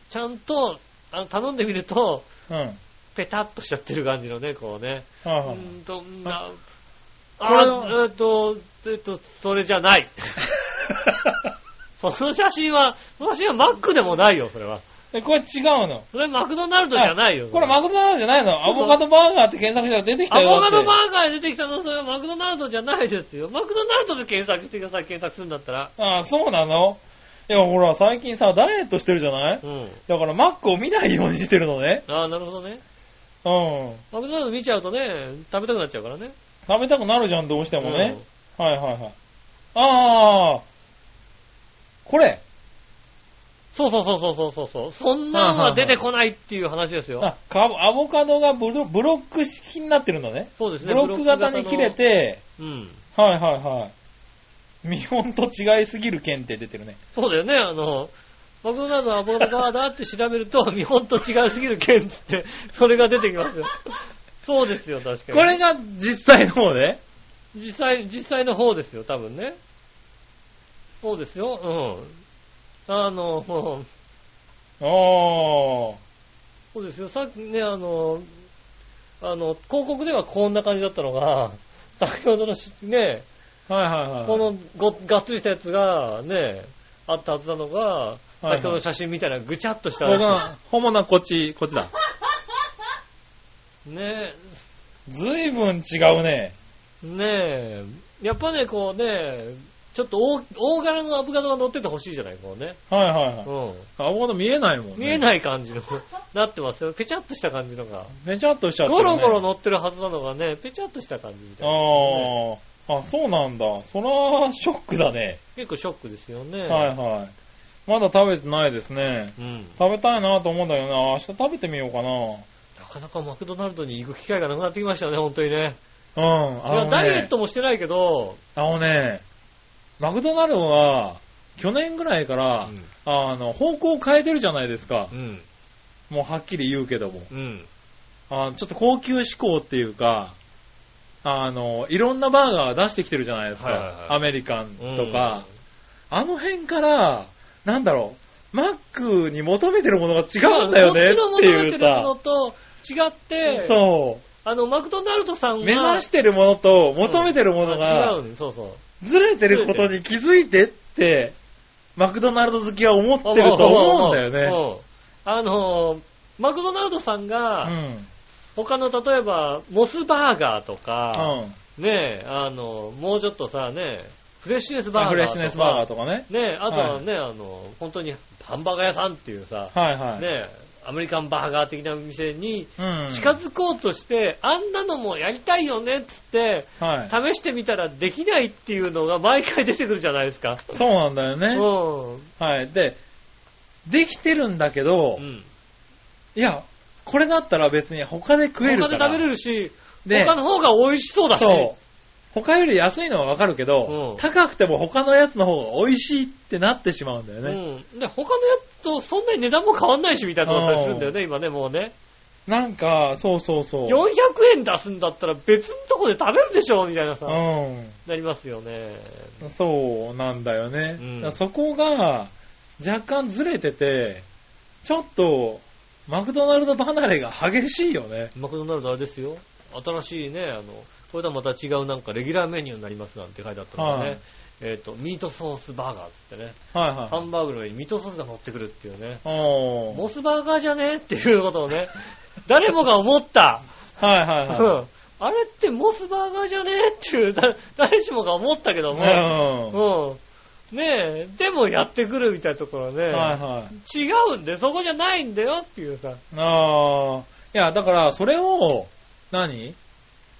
ちゃんと、あの頼んでみると、うん。うん。ペタッとしちゃってる感じのね、こうね。はいはうい。ーんと、んあな、これはあ、えっと、えっと、それじゃない。 その写真は、その写真はマックでもないよ、それは。 え、これ違うの。それはマクドナルドじゃないよ。これマククドナルドじゃないのアボカドバーガーって検索したら出てきたアよ。ボカドバーーガーで出てきたの、それはマクドナルドじゃないですよ。マクドナルドで検索してください、検索するんだったら。ああ、そうなのいや、ほら、最近さ、ダイエットしてるじゃないうん。だからマックを見ないようにしてるのね。ああ、なるほどね。うん。マクドナルド見ちゃうとね、食べたくなっちゃうからね。食べたくなるじゃん、どうしてでもね。はいはいはい。ああ、これ。そうそうそうそうそうそう。そんなんは出てこないっていう話ですよ。あ、かアボカドがブロブロック式になってるのね。そうですね。ブロック型に切れ。て、うん。はいはいはい。見本と違いすぎる剣って出てるね。そうだよね、あの、マクドナルドのアボカドバーガーって調べると、 日本と違いすぎる県って、それが出てきますよ。そうですよ、確かに。これが実際の方ね。実際、実際の方ですよ、多分ね。そうですよ、うん。あの、もうあそうですよ、さっきね、あの、あの、広告ではこんな感じだったのが、先ほどのしね、あ。はいはいはい。こ、のごがっつりしたやつがね、あったはずなのが、いはい先ほどの写真みたいなぐちゃっとした、僕の、ホモなこっち、こっちだ。ね、ずいぶん違うね。ねえ、やっぱね、こうね、ちょっと大大柄のアボカドが乗っててほしいじゃない、こうね。はいはいはい。うアボカド見えないもんね。ん。見えい。ない感じの、なってますよ。ペチャッとした感じのが。めちゃっとしちゃってる、ゴね。ロゴロ乗ってるはずなのがね、ペチャッとした感じみたいな。ああ。あ、そうなんだ。そら、ショックだね。結構ショックですよね。はいはい。まだ食べてないですね。うん。な食べたいなと思うんだよな。明日食べてみようかな。かなかマクドナルドに行く機会がなくなってきましたよね、本当にね。うん。いあのやね、ダイエットもしてないけど、あのね、マクドナルドは、去年ぐらいから、あの、方向を変えてるじゃないですかう。ん。もうはっきり言うけども。うん。あちょっと高級志向っていうか、あの、いろんなバーガー出してきてるじゃないですか。はいはいはいアメリカンとか、あの辺から、なんだろう、マックに求めてるものが違うんだよねこっっちの求てめいてうるものさ、と違って、そあの、マクドナルドさんう、は、目指してるものと求めてるものあ違がうね、そうそう。ずれてることに気づいてって、マクドナルド好きは思ってると思うんだよね。ね。あのー、マクドナルドさんうが、ん。他の例えば、モスバーガーとか、うん。ねえ、あの、もうちょっとさ、ねえ、フレッシュネスバーガーとか。フレッシュネスバーガーとかね。ねえ、あとはね、あの、本当にハンバーガー屋さんっていうさ、はいはい。ねえ、アメリカンバーガー的な店にうん。近づこうとして、あんなのもやりたいよねっつって、はい。試してみたらできないっていうのが毎回出てくるじゃないですか。そうなんだよね。うん。はい。で、できてるんだけど、うん。いや、これだったら別に他で食えるか他ら。で食べれるし、で他の方が美味しそうだし。そう。 他より安いのはわかるけど、うん高くても他のやつの方が美味しいってなってしまうんだよね。うん。で、他のやつとそんなに値段も変わんないしみたいなことだったりするんだよね、今ね、もうね。なんか、そうそうそう。 400円出すんだったら別のとこで食べるでしょ、みたいなさ、うなりますよね。ん。そうなんだよね。うんだからそこが若干ずれてて、ちょっとマクドナルド離れが激しいよね。マクドナルドあれですよ。新しいね、あの、これとはまた違うなんかレギュラーメニューになりますなんて書いてあったのがね、はいえっ、と、ミートソースバーガーっつってね、はいはい。ハンバーグの上にミートソースが乗ってくるっていうね、おーモスバーガーじゃねっていうことをね、誰もが思った。はいはいうはん。あれってモスバーガーじゃねっていう、だ誰しもが思ったけどい。も、うんうん。ねえ、でもやってくるみたいなところはね、はいはい。違うんで、そこじゃないんだよっていうさ。ああ。いや、だから、それを、何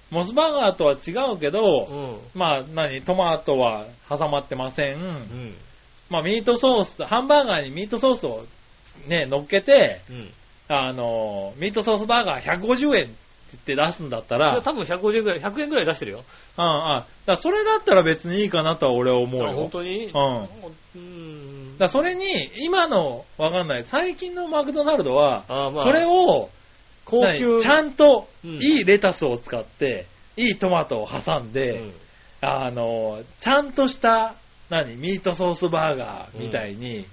モスバーガーとは違うけど、うん。まあ、何トマトは挟まってません。うん。まあ、ミートソース、ハンバーガーにミートソースをね、乗っけて、うん。あの、ミートソースバーガー150円って言って出すんだったら、うん、多分150円ぐらい、100円ぐらい出してるよ。あ、だからそれだったら別にいいかなとは俺は思うあ本よ。当にうん。うんだか。らそれに、今の、わかんない、最近のマクドナルドは、あーまあそれを、高級。何ちゃんと、うんいいレタスを使って、いいトマトを挟んうで、んあの、ちゃんとした、何、ミートソースバーガーみたいに、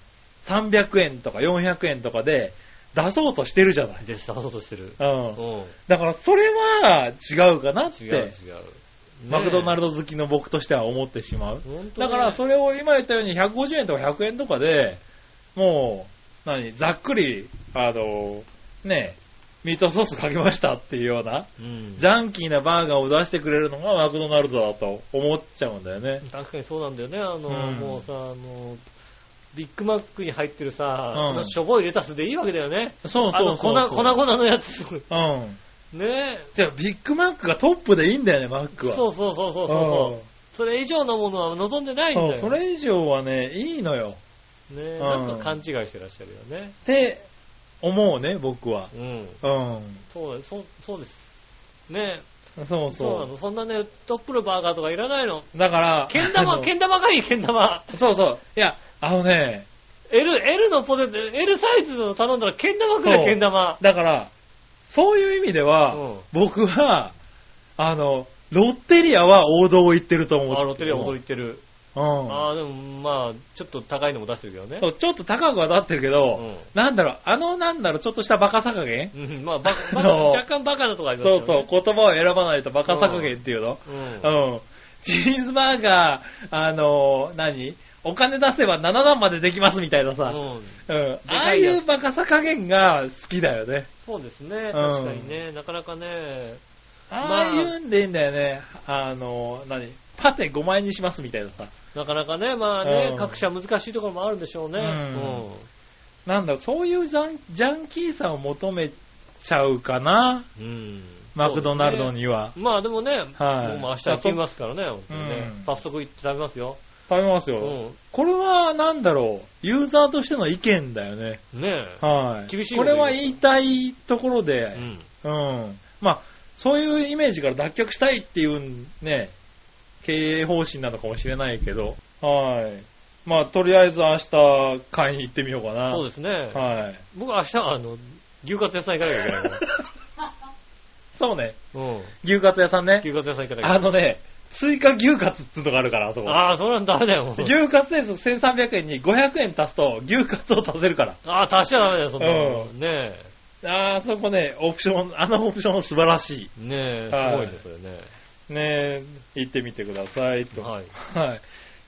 300円とか400円とかで出そうとしてるじゃない。で、スタートとしてる。うんう。ん。だから、それは違うかなっ違う違うて、。マクドナルルド好きの僕としては思ってしまう。ドだから、それを今言ったように150円とか100円とかで、もう、何、ざっくり、あの、ね、ミートソースかけましたっていうような、うんジャンキーなバーガーを出してくれるのがマクドナルドだと思っちゃうんだよね。確かにそうなんだよね。あの、うんもうさ、あの、ビッグマックに入ってるさ、うんあのしょぼいレタスでいいわけだよね。そうあそうの、そ粉、う。粉々のやつ。 うん。ねじゃあ、ビッグマックがトップでいいんだよね、マックは。そうそうそうそうそう。それ以上のものは望んでないんだうんよ。そうそれ以上はね、いいのよ。ねんなんか勘違いしてらっしゃるよね。って思うね、僕は。うん。うん。そうだそうそうです。ねそそううそなの。そんなね、トップのバーガーとかいらない の。う。だから、けんあ玉、のけん玉がいい、けん玉。そうそう。いや、あのね、 L、L のポテト、L サイズの頼んだらけん玉くらそい、うけん玉。だから、そういう意味では、うん僕は、あの、ロッテリアは王道を行ってると思う。あ、ロッテリア驚いてる。うん。ああ、でもまあ、ちょっと高いのも出してるけどねそ。う、ちょっと高くはなってるけど、うんなんだろう、あの、なんだろう、ちょっとしたバカさ加減うん、まあ、バカ、バあカの若干バカなとこありますそようね。そう、言葉を選ばないとバカさ加減っていうのうん。うん。チーズバーガー、あの、何お金出せば7段までできますみたいなさ。うん。うん。かいやつああいうバカさ加減が好きだよね。そうですね、確かにね、なかなかね、ああいうんでいいんだよね。あの、何パテ5枚にしますみたいなさ。なかなかね、まあね、うん各社難しいところもあるんでしょうね。ううんん。なんだろう、そういうジャンジャンキーさを求めちゃうかな。うんマクドナルド。そうでには。すねまあでもね、はいもう明日行ってみますからね、本当にねうん早速行って食べますよ。食べますうよ。ん。これは、なんだろう、ユーザーとしての意見だよね。ねはい。厳しいこことれ言うは言いたいところえ。うで、ん。うん、まあ、そういうイメージから脱却したいっていう、ね、経営方針なのかもしれないけど、はい。まあ、とりあえず明日、買いに行ってみようかな。そうですね。はい。僕明日、あの、牛カツ屋さん行かなきゃいけないかそうね。ら。うん。牛カツ屋さんね。牛カツ屋さん行かなきゃあいけのね、追加牛カツっていうのがあるから、あそこない。。ああ、それはダメだよ、もう牛カツで1300円に500円足すと、牛カツを足せるから。ああ、足しちゃダメだよ、そんなの。うねあーそこね、オプション、あのオプション素晴らしい。え。ねえ、すはいごいですよね。ねえ、行ってみてくださいと。ははい。い。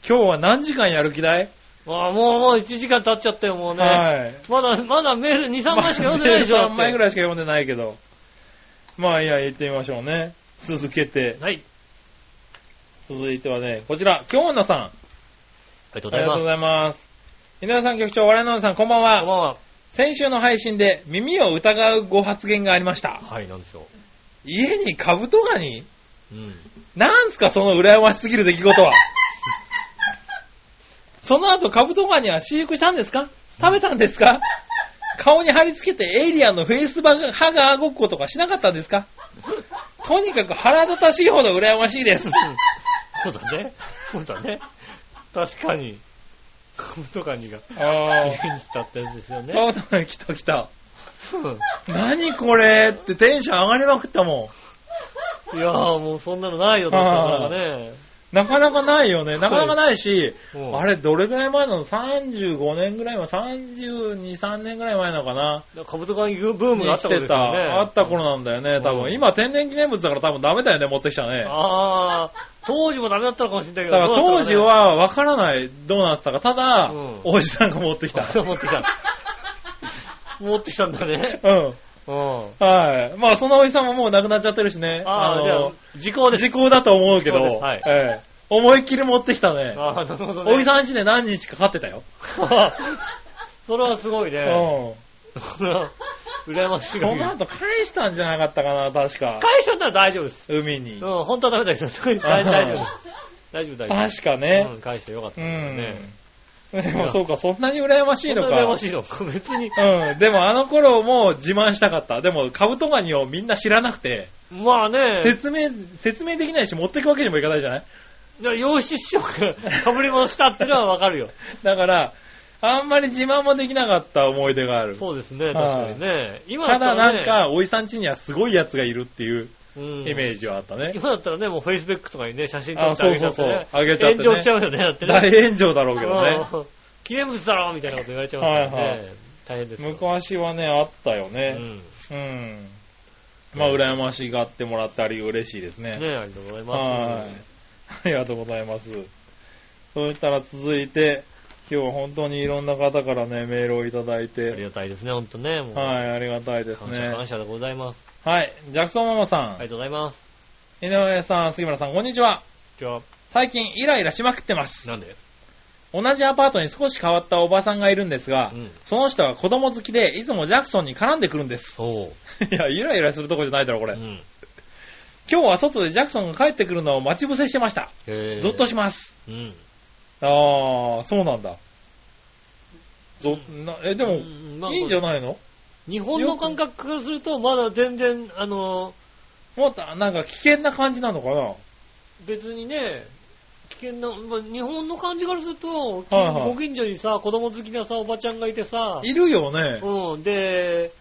今日は何時間やる気だい、ああ、もう、もう1時間経っちゃったよ、もうね。はい。まだ、まだメール2、3枚しか読んでないでしょ。 3枚ぐい。らいしか読んでないけど。まあいいや、行ってみましょうね。続けて。はい。続いてはね、こちら、京女さん。あありがとうごりざがいとます。うございます。稲田さん局長、我々のさん、こんばんこんばは。んは。先週の配信で耳を疑うご発言がありました。はい、なんでしょ家にカブトガニう。うん。 なんすか、その羨ましすぎる出来事は。その後、カブトガニは飼育したんですか食べたんですか顔に貼り付けてエイリアンのフェイスバーハガーごっことかしなかったんですかとにかく腹立たしいほど羨ましいです。そうだね。そうだね。確かに。コムトカニがあ家にー。来たってやつですよね。あ、そうだ来た来た。そう何これってテンション上がりまくったもいやーもうそんなのないよ、だったからね。ん。なかなかないよね。なかなかないし、うんあれ、どれぐらい前なの ?35 年ぐらい前、32、3年ぐらい前なのかなカブトカニブームがあったに頃です来てた。よね。あった頃なんだよね、多う分。ん今、天然記念物だから多分ダメだよね、持ってきたね。ああ、当時もダメだったのかもしれないけだどか。らどうだ当った時のかね、は分からない、どうなったか。ただうん、おじさんが持ってきた。 持ってきた。持ってきたんだね。うん。うん。はい。まあ、そのおじさんももう亡くなっちゃってるしね。ああ、じゃあ、時効です。時効だと思うけど、時効ですはいええ思いっきり持ってきたね。ああ、なるほどね。おじさんちで何日か飼ってたよ。 それはすごいね。うそれは、羨ましん。いそ限り。の後返したんじゃなかったかな、確か。返しちゃったら大丈夫です。海に。うん、本当はダメだけど、大丈夫。大丈夫大丈夫、大丈確か夫。ねう。ん、返してよかったうですよん。ね。でもそうか、そんなに羨ましいのか。そんな羨ましいの。別に、うん。でもあの頃も自慢したかった。でもカブトガニをみんな知らなくて、まあね、説明、説明できないし持ってくわけにもいかないじゃないじゃあ養子師匠が被り物したっていうのはわかるよ。だから、あんまり自慢もできなかった思い出がある。そうですね、確かにね。今だたっただらなんね、か、おじさん家にはすごい奴がいるっていうイイメージはあったね。今だったらね、もう Facebook とかにね、写真撮ってあげちゃって、ね。あそうそうそうあげちゃってね炎上しちゃうよね、だってね。大炎上だろうけどね。うん記念物だろみたいなこと言われちゃうからね。はいは大変ですよ。昔はね、あったようね。ん。ねうん。まあ、羨ましがってもらってあり嬉しいですね。ありがとうございまはい。ありがとうございます。そしたら続いて、今日は本当にいろんな方からね、メールをいただいす。ありて、がたいですね、ほんとね。もうはい、ありがたいです感謝、ね感。謝でございます。はい、ジャクソンママさん、ありがとうございます。井上さん、杉村さん、こんにちは。じゃあ、最近イライラしまくってます。なんで同じアパートに少し変わったおばさんがいるんですが、うんその人は子供好きで、いつもジャクソンに絡んでくるんです。 そう。いや、イライラするとこじゃないだろ、これ。うん。今日は外でジャクソンが帰ってくるのを待ち伏せしてました。へーゾッとします。うん。あー、そうなんだ。ゾなえ、でも、うんまあいいんじゃないの日本の感覚からすると、まだ全然、あの、もっと、なんか危険な感じなのかな別にね、危険な、まあ日本の感じからすると、はいはいご近所にさ、子供好きなさ、おばちゃんがいてさ、いるよね。うん、で、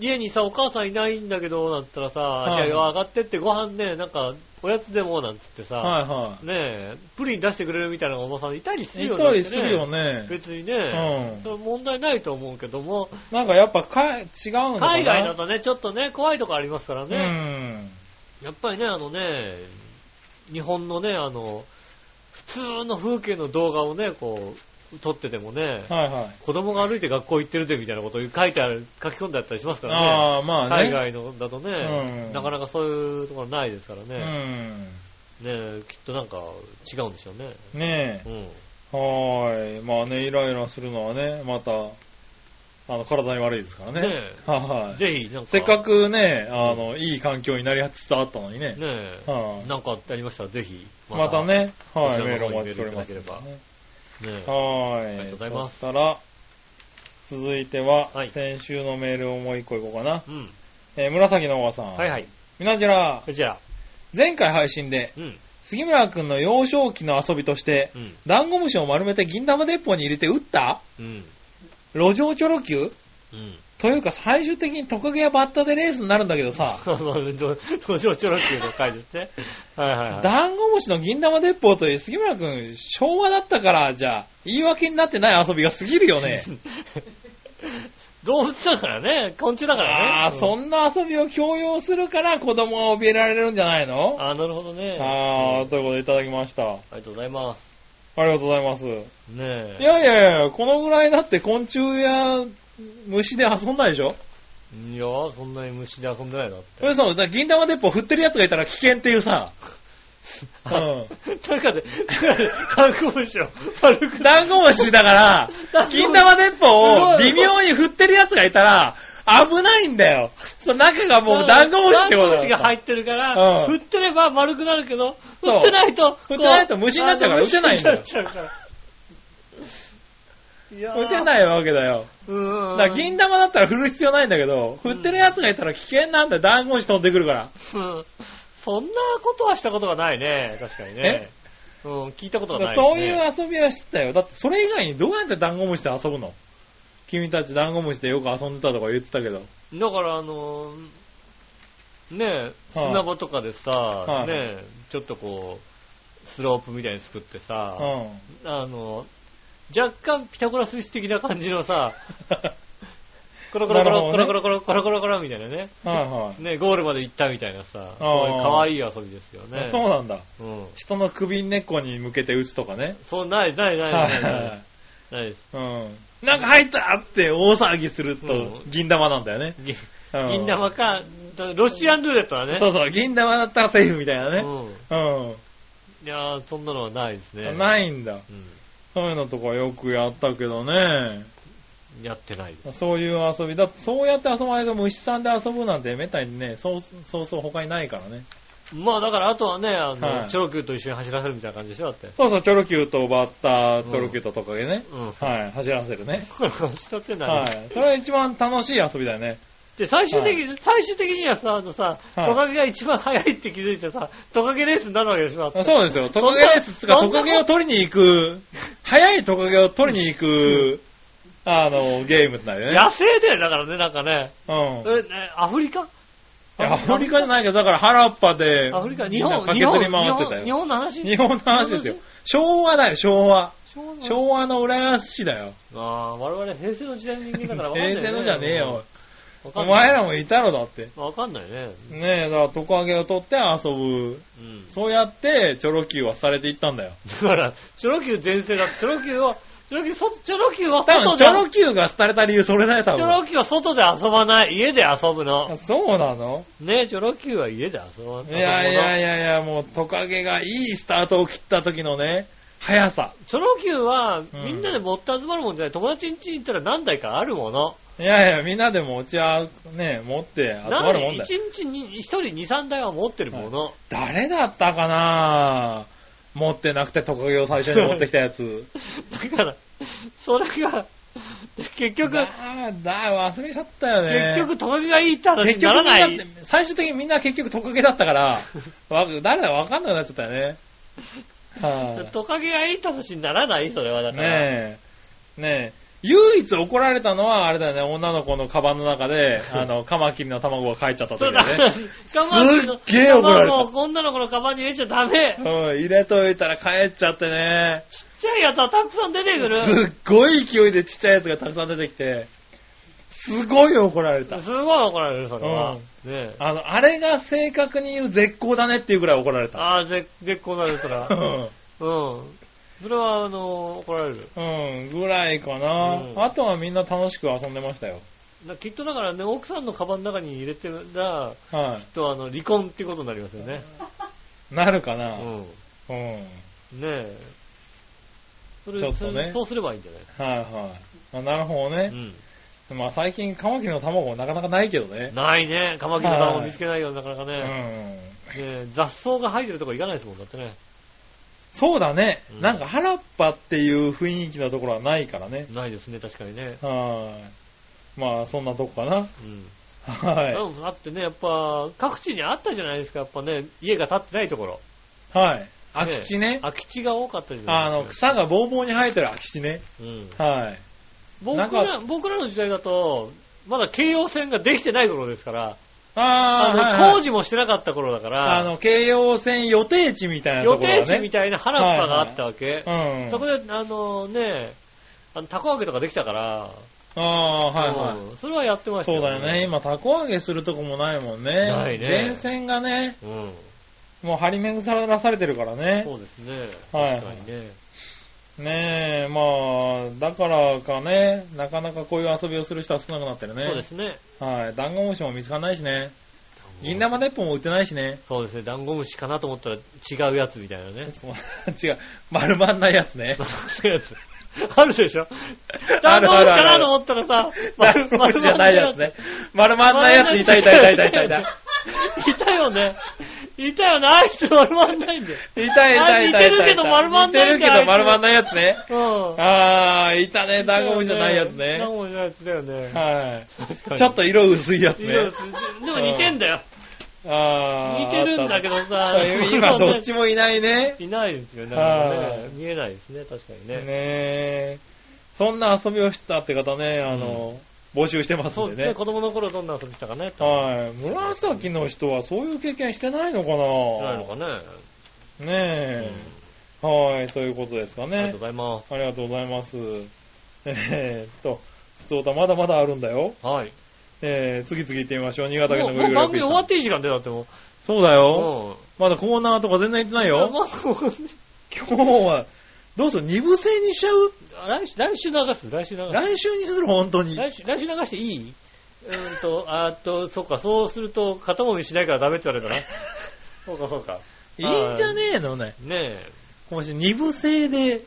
家にさ、お母さんいないんだけど、なんつったらさ、いじゃあ上がってってご飯ね、なんか、おやつでも、なんつってさ、はいはねえ、プリン出してくれるみたいなおばさんいたりすい。るいよたりするよね。ね。別にうね、ん。それ問題ないと思うけども、なんかやっぱか、違うのかな海外だとね、ちょっとね、怖いとこありますからうね、ん。やっぱりね、あのね、日本のね、あの、普通の風景の動画をね、こう、撮っててもね、はいはい。子供が歩いて学校行ってるでみたいなことを書いてある、書き込んであったりしますからね。あー、まあね。海外のだとね、うんなかなかそういうところないですからうね、ん。ねきっとなんか違うんでしょうね。ねうん、え。はーい。まあね、イライラするのはね、また、あの、体に悪いですからね。ねはいはい。ぜひ、なんか、せっかくね、あの、いい環境になりつつあったのにね。ねはいなんかありましたら、ぜひ、また、ね、こはちい、らメールのをお方に待ちしております。メールいただけねはありがい。とうございますそしたら、続いては、はい先週のメールをもう一個いこうかな。うん、えー紫のおばさん。はいはい。みなじら、こちら、前回配信で、うん、杉村くんの幼少期の遊びとして、うん、ダンゴムシを丸めて銀玉鉄砲に入れて撃ったうん、路上チョロ Q? うん。というか最終的にトカゲやバッタでレースになるんだけどさ、まあ、どうしようちょろっていうの書いてね。はいはいはい。ダンゴムシの銀玉鉄砲という杉村くん、昭和だったから、じゃあ、言い訳になってない遊びが過ぎるよね。 動物だからね、昆虫だからね。ああ、そんんな遊びを強要するから子供が怯えられるんじゃないのあーなるほどね。あうあ、んということでいただきました。あありがとうございます。りがとうございます。いねえ。やいやいや、このぐらいだって昆虫や虫で遊んないでしょいや、そんなに虫で遊んでないなって。嘘、だから銀玉鉄砲振ってる奴がいたら危険っていうさ、あう 中で、中で、観光しを悪くん。ダンゴムシだから、銀玉鉄砲を微妙に振ってる奴がいたら、危ないんだよ。その中がもうダンゴムシってことダンゴムだシよが入ってるから、うん振ってれば丸くなるけど、振そうってないと、振ってないと虫になっちゃうから打てないんだよ打てないから。いや打てい。ないわけだよ。うーだん。から銀玉だったら振る必要ないんだけど、振ってる奴がいたら危険なんだよ。ダンゴムシ飛んでくるから。うんそんなことはしたことがないね。確かにね。うん、聞いたことがない、ね。そういう遊びはしてたよ。だってそれ以外にどうやってダンゴムシで遊ぶの君たちダンゴムシでよく遊んでたとか言ってたけど。だから、あのーねえ、砂場とかでさ、いねえ、ちょっとこう、スロープみたいに作ってさ、うん。 あの、若干ピタゴラスイッチ的な感じのさ、コロコロコロ、コロなるほコロコロコロコロコロみたいなね、はいはい。ね、ゴールまで行ったみたいなさ、そういう可愛い遊びですよあね。そうなんだ。うん。人の首根っこに向けて打つとかね。そう、ない、ない、ない、ない、ない。い。ないです。うん。なんか入ったって大騒ぎするとう、銀玉なんだよね。銀うん銀玉か、ロシアンルーレットだね。そうそう、銀玉だったらセーフみたいなね。うん。ういやー、そんなのはないですね。。ん。ないいんだ。うそういうのとかよくやったけどね。ん。やってないです。そういう遊び。だってそうやって遊ばないと虫さんで遊ぶなんてめったにね、そうそうそう他にないからね。まあだから、あとはね、あの、はいチョロ Q と一緒に走らせるみたいな感じでしょ、だって。そうそう、チョロキューとバッター、チョロキューとトカゲね。うん。はい、走らせるね。これ、走ってない。はい。それは一番楽しい遊びだよね。で、最終的に、最終的にはさ、あのさ、はいトカゲが一番速いって気づいてさ、トカゲレースになるわけでしょ。だってそうですよ。トカゲレースつうか、そんトなカゲを取りに行く、早いトカゲを取りに行く、あの、ゲームになるよね。野生だよ、だからね、なんかね。うん。え、ねアフリカいやアフリカじゃないけど、だから原っぱで、アフリカ、み日んな本、日駆本、けずり日回ってた本、日よ。本の話日本の話ですよ。昭和だよ、昭和。昭和の話昭和の浦安市だよ。ああ、我々平成の時代の人間だから分かんない、ね。平成のじゃねえよ。わかおんない。前らもいたろ、だって。わかんないね。ねえ、だからトカゲを取って遊ぶ。うん。そうやって、チョロ Q はされていったんだよ。だから、チョロ Q 全盛だって、チョロ Q は、チョロ Q、そチョロ Q は多分、外でチョロ Q が廃れた理由、それだよ、多チョロ分。 Q は外で遊ばない。家で遊ぶのあ。そうなのねチョロ Q は家で遊ばない。いやい遊ぶのやいやいや、もうトカゲがいいスタートを切った時のね、速さ。チョロ Q はんみんなで持って集まるもんじゃない。友達ん家に行ったら何台かあるもの。いやいや、みんなで持ちは、ね、持って集まるもんだよ一。日に一人二三台は持ってるもの。誰だったかな持ってなくてトカゲを最初に持ってきたやつ。だから、それが、結局、あーだ、忘れちゃったよね。結局、トカゲがいいって 話結になら局なみんいな。最終的にみんな結局トカゲだっ たから、わ誰だかわかんなくなっちゃったよね。はトカゲがいいって話にならないそれはだいから。ねえ。ねえ。唯一怒られたのは、あれだよね、女の子のカバンの 中で、あの、カマキリの卵が帰っちゃったそ時うだ、だよね。カバンの、すっげえ怒られた卵を女の子のカバンに入れちゃダメ。 うん、入れといたら帰っちゃってね。ちっちゃいやつはたくさん出てくする。っごい勢いでちっちゃいやつがたくさん出てきて、すごい怒られた。すごい怒られる、それは。うんねえ。あの、あれが正確に言う絶好だねっていうぐらい怒られた。ああ、絶絶好なるから。ううんん。それは、あの、怒られる。うん、ぐらいうかな、んあとはみんな楽しく遊んでましたよ。なきっとだからね、奥さんのカバンの中に入れてら、はきっとあの、離婚ってことになりますよね。い。なるかうな、うん、ん。はいねえ。それ、ちょっとねそそうすればいいんじゃないはい。あなるほどうね。ん。まあ最近カマキリの卵なかなかないけどね。ないね。カマキリの卵見つけないよ、なかなかうね。ん。ねえ雑草が生えてるとこ行かないですもん、だってね。そうだね。うんなんか原っぱっていう雰囲気のところはないからね。ないですね、確かにね。はい。まあそんなとこかな。うん。は多分あってね、やっぱ、各地にあったじゃないですか、やっぱね、家が建ってないところ。い。はい。空き地ね。空き地が多かったじゃあないの、ですか。草がぼうぼうに生えてる空き地ね。うん。はい。僕なんらか僕らの時代だと、まだ京葉線ができてない頃ですから、あああ、のはいはい工事もしてなかった頃だかあら、の、京葉線予定地みたいなと予ころだね。定地みたいな原っぱがあったわけ。うん。そこで、あのね、あの、たこ揚げとかできたから、ああ、はいはい。うんそれはやってましたそうだよね。。今、たこ揚げするとこもないもんね。ないね電線がね、うん。もう張り巡らされてるからね。そうですね。はい確かにね。ねえ、まあ、だからかね、なかなかこういう遊びをする人は少なくなってるね。そうですね。はい。ダンゴムシも見つからないしね。銀玉鉄砲も売ってないしね。 そうですね。ダンゴムシかなと思ったら違うやつみたいなね。そう違う。丸まんないやつね。そういうやつ。あるでしょ ダンゴムシかなと思ったらさ、ダンゴムシじゃないやつね。丸まんないやつ、いたいたいたいたいたいた。いたよね。いたよね。あいつ丸まんないんだよ。いたいたいたいたいた。あ似てるけど丸まんないんだ似てるけど丸まんないやつね。うあー、いたね、ん。ダンゴムシじゃないやつダンね。ゴムシじゃないやつだよね。は確かい。にちょっと色薄いやついろいろね。でも似てんだよ。うあー似てるんだけどさあった、今どっちもいないね。いないですよね。なんかはねい見えないですね、確かにねね。え。そんな遊びをしたって方ね、あの、募集してますそうんですでね、ね。子供の頃どんな遊びしたかね。はい。紫の人はそういう経験してないのか知らなないのかね。ねえ。はい、ということですかありがねとう。ございまありがとうございます。 えーっと、普通歌まだまだあるんだよ。す。はい。えー、次々行ってみましょう。新潟県もうのもぐるうぐる番組終おっぴーさわんっていい時間だよ、だってもう。そうだよ。うん。まだコーナーとか全然行ってないいやよ。まあもう今日は、どうする二部制にしちゃう 来週、来週流す、来週流す。来週にする本当に。来週、来週流していいうーんと、あーっと、そっか、そうすると、肩もみしないからダメって言わ れるな。そうか、そうか。いいんじゃねえのね。ねもし二部制で、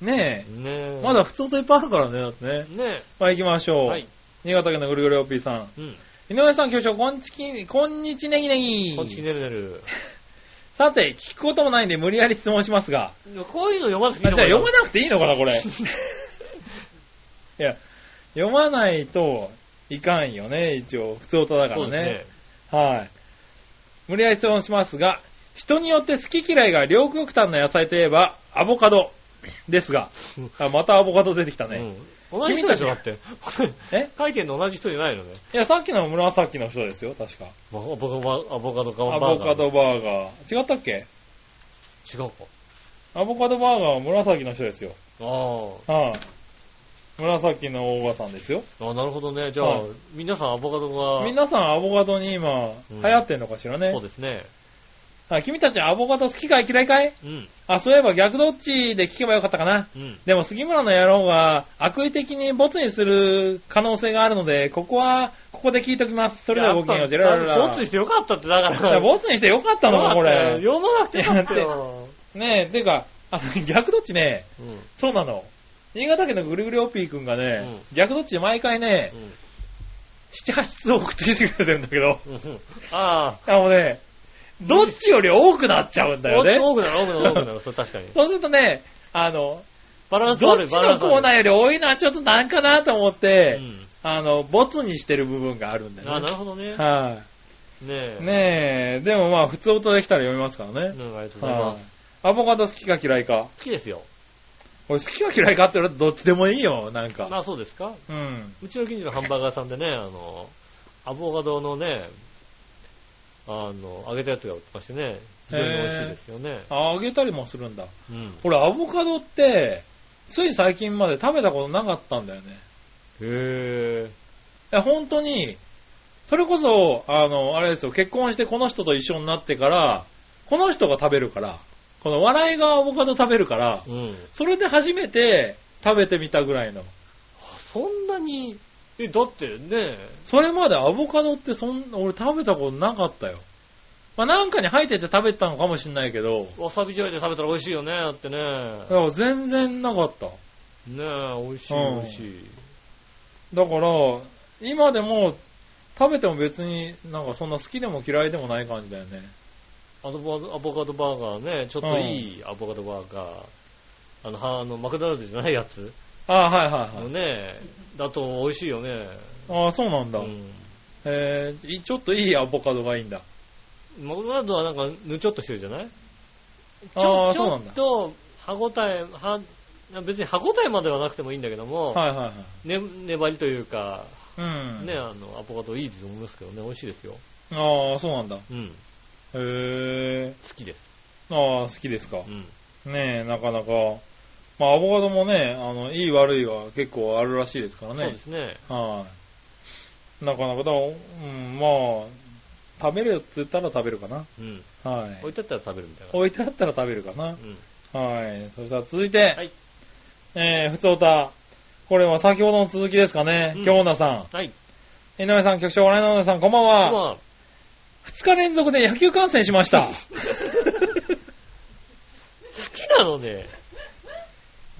ねえ、ねえ。え。まだ普通歌いっぱいあるからね、だってね。ねまあ行きましょえ。う。はい。新潟県のぐるぐるおっぴーさん。うん。井上さん、局長、こんちき、こんにちねぎねぎ。こっちねるねる。さて、聞くこともないんで無理やり質問しますが。こういうの読まなくていあいのじかゃあ読まななくていいのかな、これ。いや、読まないといかんよね、一応。普通歌 だかそらうね。ですはい。無理やり質問しますが、人によって好き嫌いが両極端な野菜といえば、アボカドですが、あまたアボカド出てきたね。ね。うん。同じ人でしょ、だって。え書いてんの同じ人じゃないのね。いや、さっきの紫の人ですよ、確か。まあアボカド、アボカドかバアーボガーカドバーガー。違ったっけ違うか。アボカドバーガーは紫の人ですよ。あはい、紫の大賀さんですよ。あ。あなるほどね。じゃあはい、皆さんアボカドが。皆さんアボカドに今、うん流行ってんのかしらねそう。ですね。あ君たちアボカド好きかい嫌いかいうん。あ、そういえば逆どっちで聞けばよかったかな。うん。でも杉村の野郎が悪意的にボツにする可能性があるので、ここは、ここで聞いときます。それではごきげんよう、ジェララララ。ボツにしてよかったって、だかいやら。ボツにしてよかったのか、これ。読まなくてよかったよ。ねえ、てか、あの、逆どっちね、うん。うんそうなの。新潟県のぐるぐるおっぴーくんがね、逆どっちで毎回ね、7、8通送ってきてくれてるんだけど、うん。ああ。あのね、どっちより多くなっちゃうんだよね。多くなる、多くなる、多くなる。そう、確かに。そうするとね、あの、バランスど悪っい、ちバラのンスコー悪ナい。ーより多いのはちょっとなんかなと思って、うん。あの、ボツにしてる部分があるんだああ、よなね。るほどね。はねえ。い。ねえ、でもまあ、普通音できたら読みますからうね。ん、ありがとうございはます。い。アボカド好きか嫌いか。好きですよ。俺好きか嫌いかって言われたらどっちでもいいよ、なんまか。あ、そうですか。うん。うちの近所のハンバーガー屋さんでね、あの、アボカドのね、あの、揚げたやつが売ってましてね、非常に美味しいですよね。ああげたりもするんだ。うん。俺、アボカドって、つい最近まで食べたことなかったんだよね。へえ。いや本当に、それこそ、あの、あれですよ、結婚してこの人と一緒になってから、この人が食べるから、この笑いがアボカド食べるから、うん。それで初めて食べてみたぐらいの。そんなに、え、だってね、それまでアボカドってそん俺食べたことなかったよ。まあ、なんかに入ってて食べてたのかもしんないけど、わさび醤油で食べたら美味しいよね、だってね。だから全然なかった。ねえ、美味しい、うん美味しい。だから、今でも、食べても別になんかそんな好きでも嫌いでもない感じだよね。アボカドアボカドバーガーね、ちょっといいアボカドバーガー。あの、はあの、マクドナルドじゃないやつああ、はいはいあはのい。ね、だと美味しいよね。ああ、そうなんうだ。ん。えーいちょっといいアボカドがいいんだ。マクドナルドはなんか、ぬちょっとしてるじゃないちあょあ、ちそうょなんっだ。と、歯ごたえ、は、別に歯ごたえまではなくてもいいんだけども、はいはいはい。ね、粘りというか、うん。ね、あの、アボカドいいと思いますけどね、美味しいですよ。ああ、そうなんだ。へうん。え。好きです。ああ、好きですかう。ん。ねえ、なかなか。まあ、アボカドもね、あの、いい悪いは結構あるらしいですからそうでね。すね。はい。なかなか、だからうん、まあ、食べるって言ったら食べるかな。うん。はい置。いてったら食べるみたいな。置いてあったら食べるかな。うん。はい。それでは続いて、はいえー、ふつおた。これは先ほどの続きですかね。うん京奈さはい。ん。井上さん、局長、笑いの井上さん、こんばんまは。あ、 2日連続で野球観戦し ました。好きなので、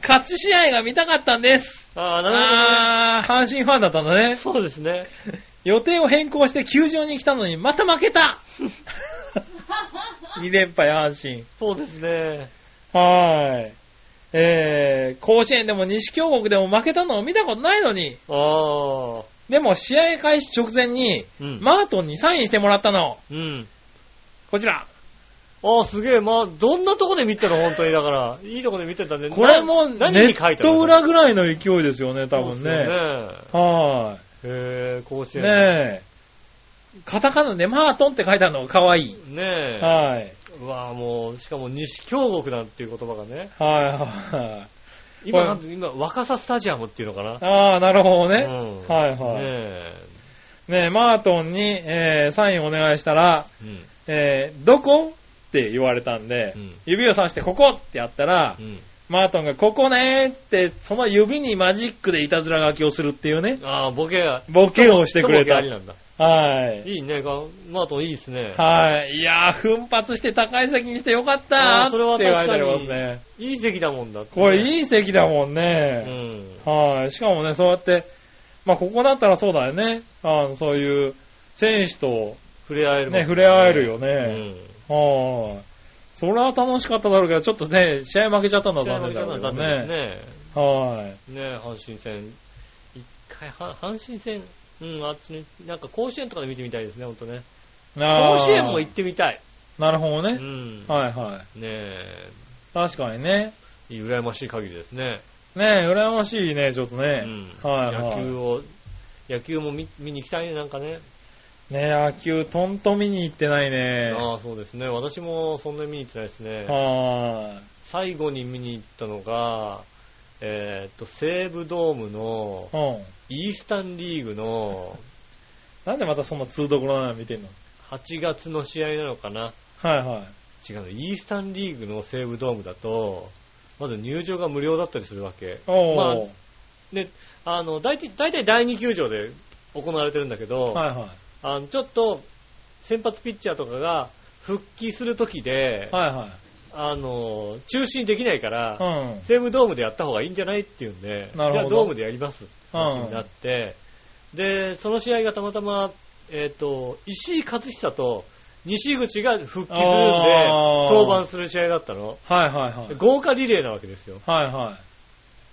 勝ち試合が見たかったんです。ああ、なるほどね。あー、阪神ファンだったんだね。そうですね。予定を変更して球場に来たのにまた負 けた !2 連敗阪神。そうですね。はーい。えー、甲子園でも西京国でも負けたのを見たことないのに、ああ。でも試合開始直前に、うん。マートンにサインしてもらったの。うん。こちら。ああ、すげえ。まあ、どんなとこで見てたの本当に。だから、いいとこで見てたんで。これもネな何に書いッてあるトの裏ぐらいの勢いですよね、多そうで分すよね。ねはへえ、甲子い。園。ねえ。カタカナでマートンって書いてあるのが可愛い。え。ねえ。はい。うわあもう、しかも西京極なんていう言葉がね。はいはい。今、はいなんて今、若さスタジアムっていうのかな。ああ、なるうほどね。ん。はいねはい。え。ねえ、マートンに、えーサインお願いしたら、うん。えーどこって言われたんで、うん指を指してここってやったら、うん。マートンがここねーって、その指にマジックでいたずら書きをするっていうね、ああ、ボケが。ボケをしてくれボケあたり。なんだ。はい。いいね。がマートンいいですね。はい。いやー、奮発して高い席にしてよかったーあーそれはって言われてありま確すかにね。いい席だもんだって。これいいい席だもんうね。ん。はい。しかもね、そうやって、まあ、ここだったらそうだよね。あのそういう、選手と触れ合えるもんね、触れ合えるようね。ん。はい。それは楽しかっただろうけど、ちょっとね、試合負けちゃったのは試合残負け念ただろのうは残けど念ね。ですね。はい。ねえ、阪神戦。一回、は阪神戦、うん、あっちに、なんか甲子園とかで見てみたいですね、ほんとね。あ甲ー子園も行ってみたい。なるほどうね。ん。ねはいはい。え、確かにね。いい羨ましい限りですね。ねえ、羨ましいね、ちょっとうね。ん。はいはい野球を、野球も見見に行きたいね、なんかね。ねえ、野球、とんと見に行ってないね。ああ、そうですね。私もそんなに見に行ってないですね。は最後に見に行ったのが、えーっと、西武ドームのーい。うん。イースタンリーグのなんでまたそんな通どころなの見てんの8月の試合なのかな。はいはい。違うの、イースタンリーグの西武ドームだと、まず入場が無料だったりするわけ。おー。まあで、あの、大体、大体第2球場で行われてるんだけど、はいはあのちょっと、先発ピッチャーとかが復帰するときでい。、はあの、中止にできないからい、はい。うん。西武ドームでやった方がいいんじゃないっていうんで、じなるほどゃあドームでやりますって話になって、で、その試合がたまたま、えっ、と、石井勝久と西口が復帰するんで、あー登板する試合だったの。はいはいはい。豪華リレーなわけですよ。はいは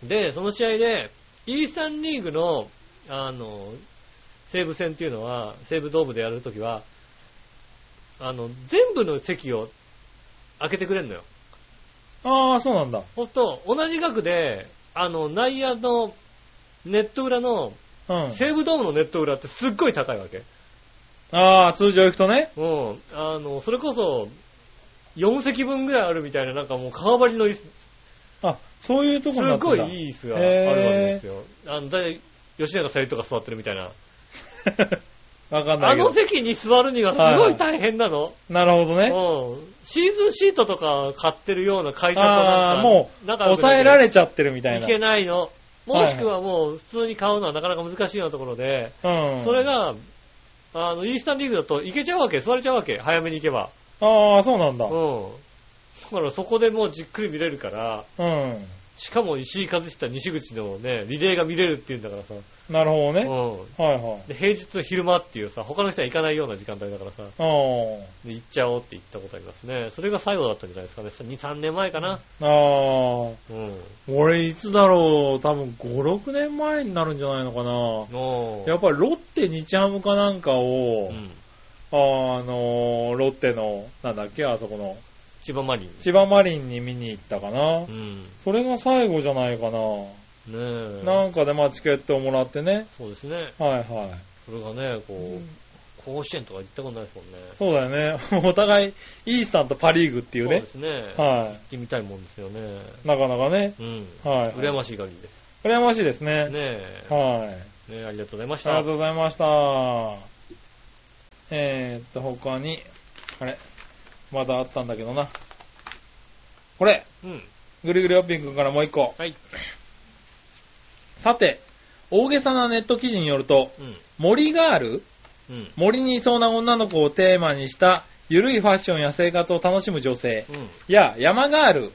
で、その試合で、イースタンリーグの、あの、西武戦っていうのは、西武ドームでやるときは、あの、全部の席を開けてくれるのよ。い。ああ、そうなんだ。ほんと、同じ額で、あの、内野のネット裏の、うん。西武ドームのネット裏ってすっごい高いわけ。ああ、通常行くとね。うん。あの、それこそ、4席分ぐらいあるみたいな、なんかもう川張りの椅子あ、そういうとこにすなってんごだいいい椅子があるわけですよ。あの、だい吉永小百合とか座ってるみたいな。わかんなあいけのど。席に座るにはすごい大変なの。なるほどね。うん。シーズンシートとか買ってるような会社となんああ、か、もう、仲良くなきゃ抑えられちゃってるみたいいな。けないの。もしくはもう普通に買うのはなかなか難しいようなところで、うん。それ。が、あの、イースタンリーグだと行けちゃうわけ、座れちゃうわけ、早めに行けば。ああ、そうなんだう。ん。だからそこでもうじっくり見れるから、うん。しかも石井和久西口のね、リレーが見れるっていうんだからさ。なるほどうね。ん。はいはい。で、平日の昼間っていうさ、他の人は行かないような時間帯だからさ、あで行っちゃおうって言ったことありますね。それが最後だったんじゃないですかね。2、3年前かな。あ。ああ。うん。俺、いつだろう。多分5、6年前になるんじゃないのかな。のやっぱりロッテ、日ハムかなんかうを、ん。あのー、ロッテの、なんだっけ、あそこの、千葉マリン。千葉マリンに見に行ったかな。うん。ねそれが最後じゃないかな。え。なんかで、まあ、チケットをもらってね。そうですね。はいはい。それがね、こう、甲子園とか行ったことないですもんね。そうだよね。 お互い、イースタンとパリーグっていそううでね。すね。行はってみたいもんですよね。い。なかなかね。うん。はい。羨ましい限りです。羨ましいですね。ねえ。はい。ねえありがとうございましありたがと。うございました。えー、っと、他に、あれ、まだあったんだけどな。これ、うん。ぐりぐりおっぴんくんからもう一個。はい。さて、大げさなネット記事によると、うん。森ガールうん。森にいそうな女の子をテーマにした、ゆるいファッションや生活を楽しむ女性、うん。や、山ガール、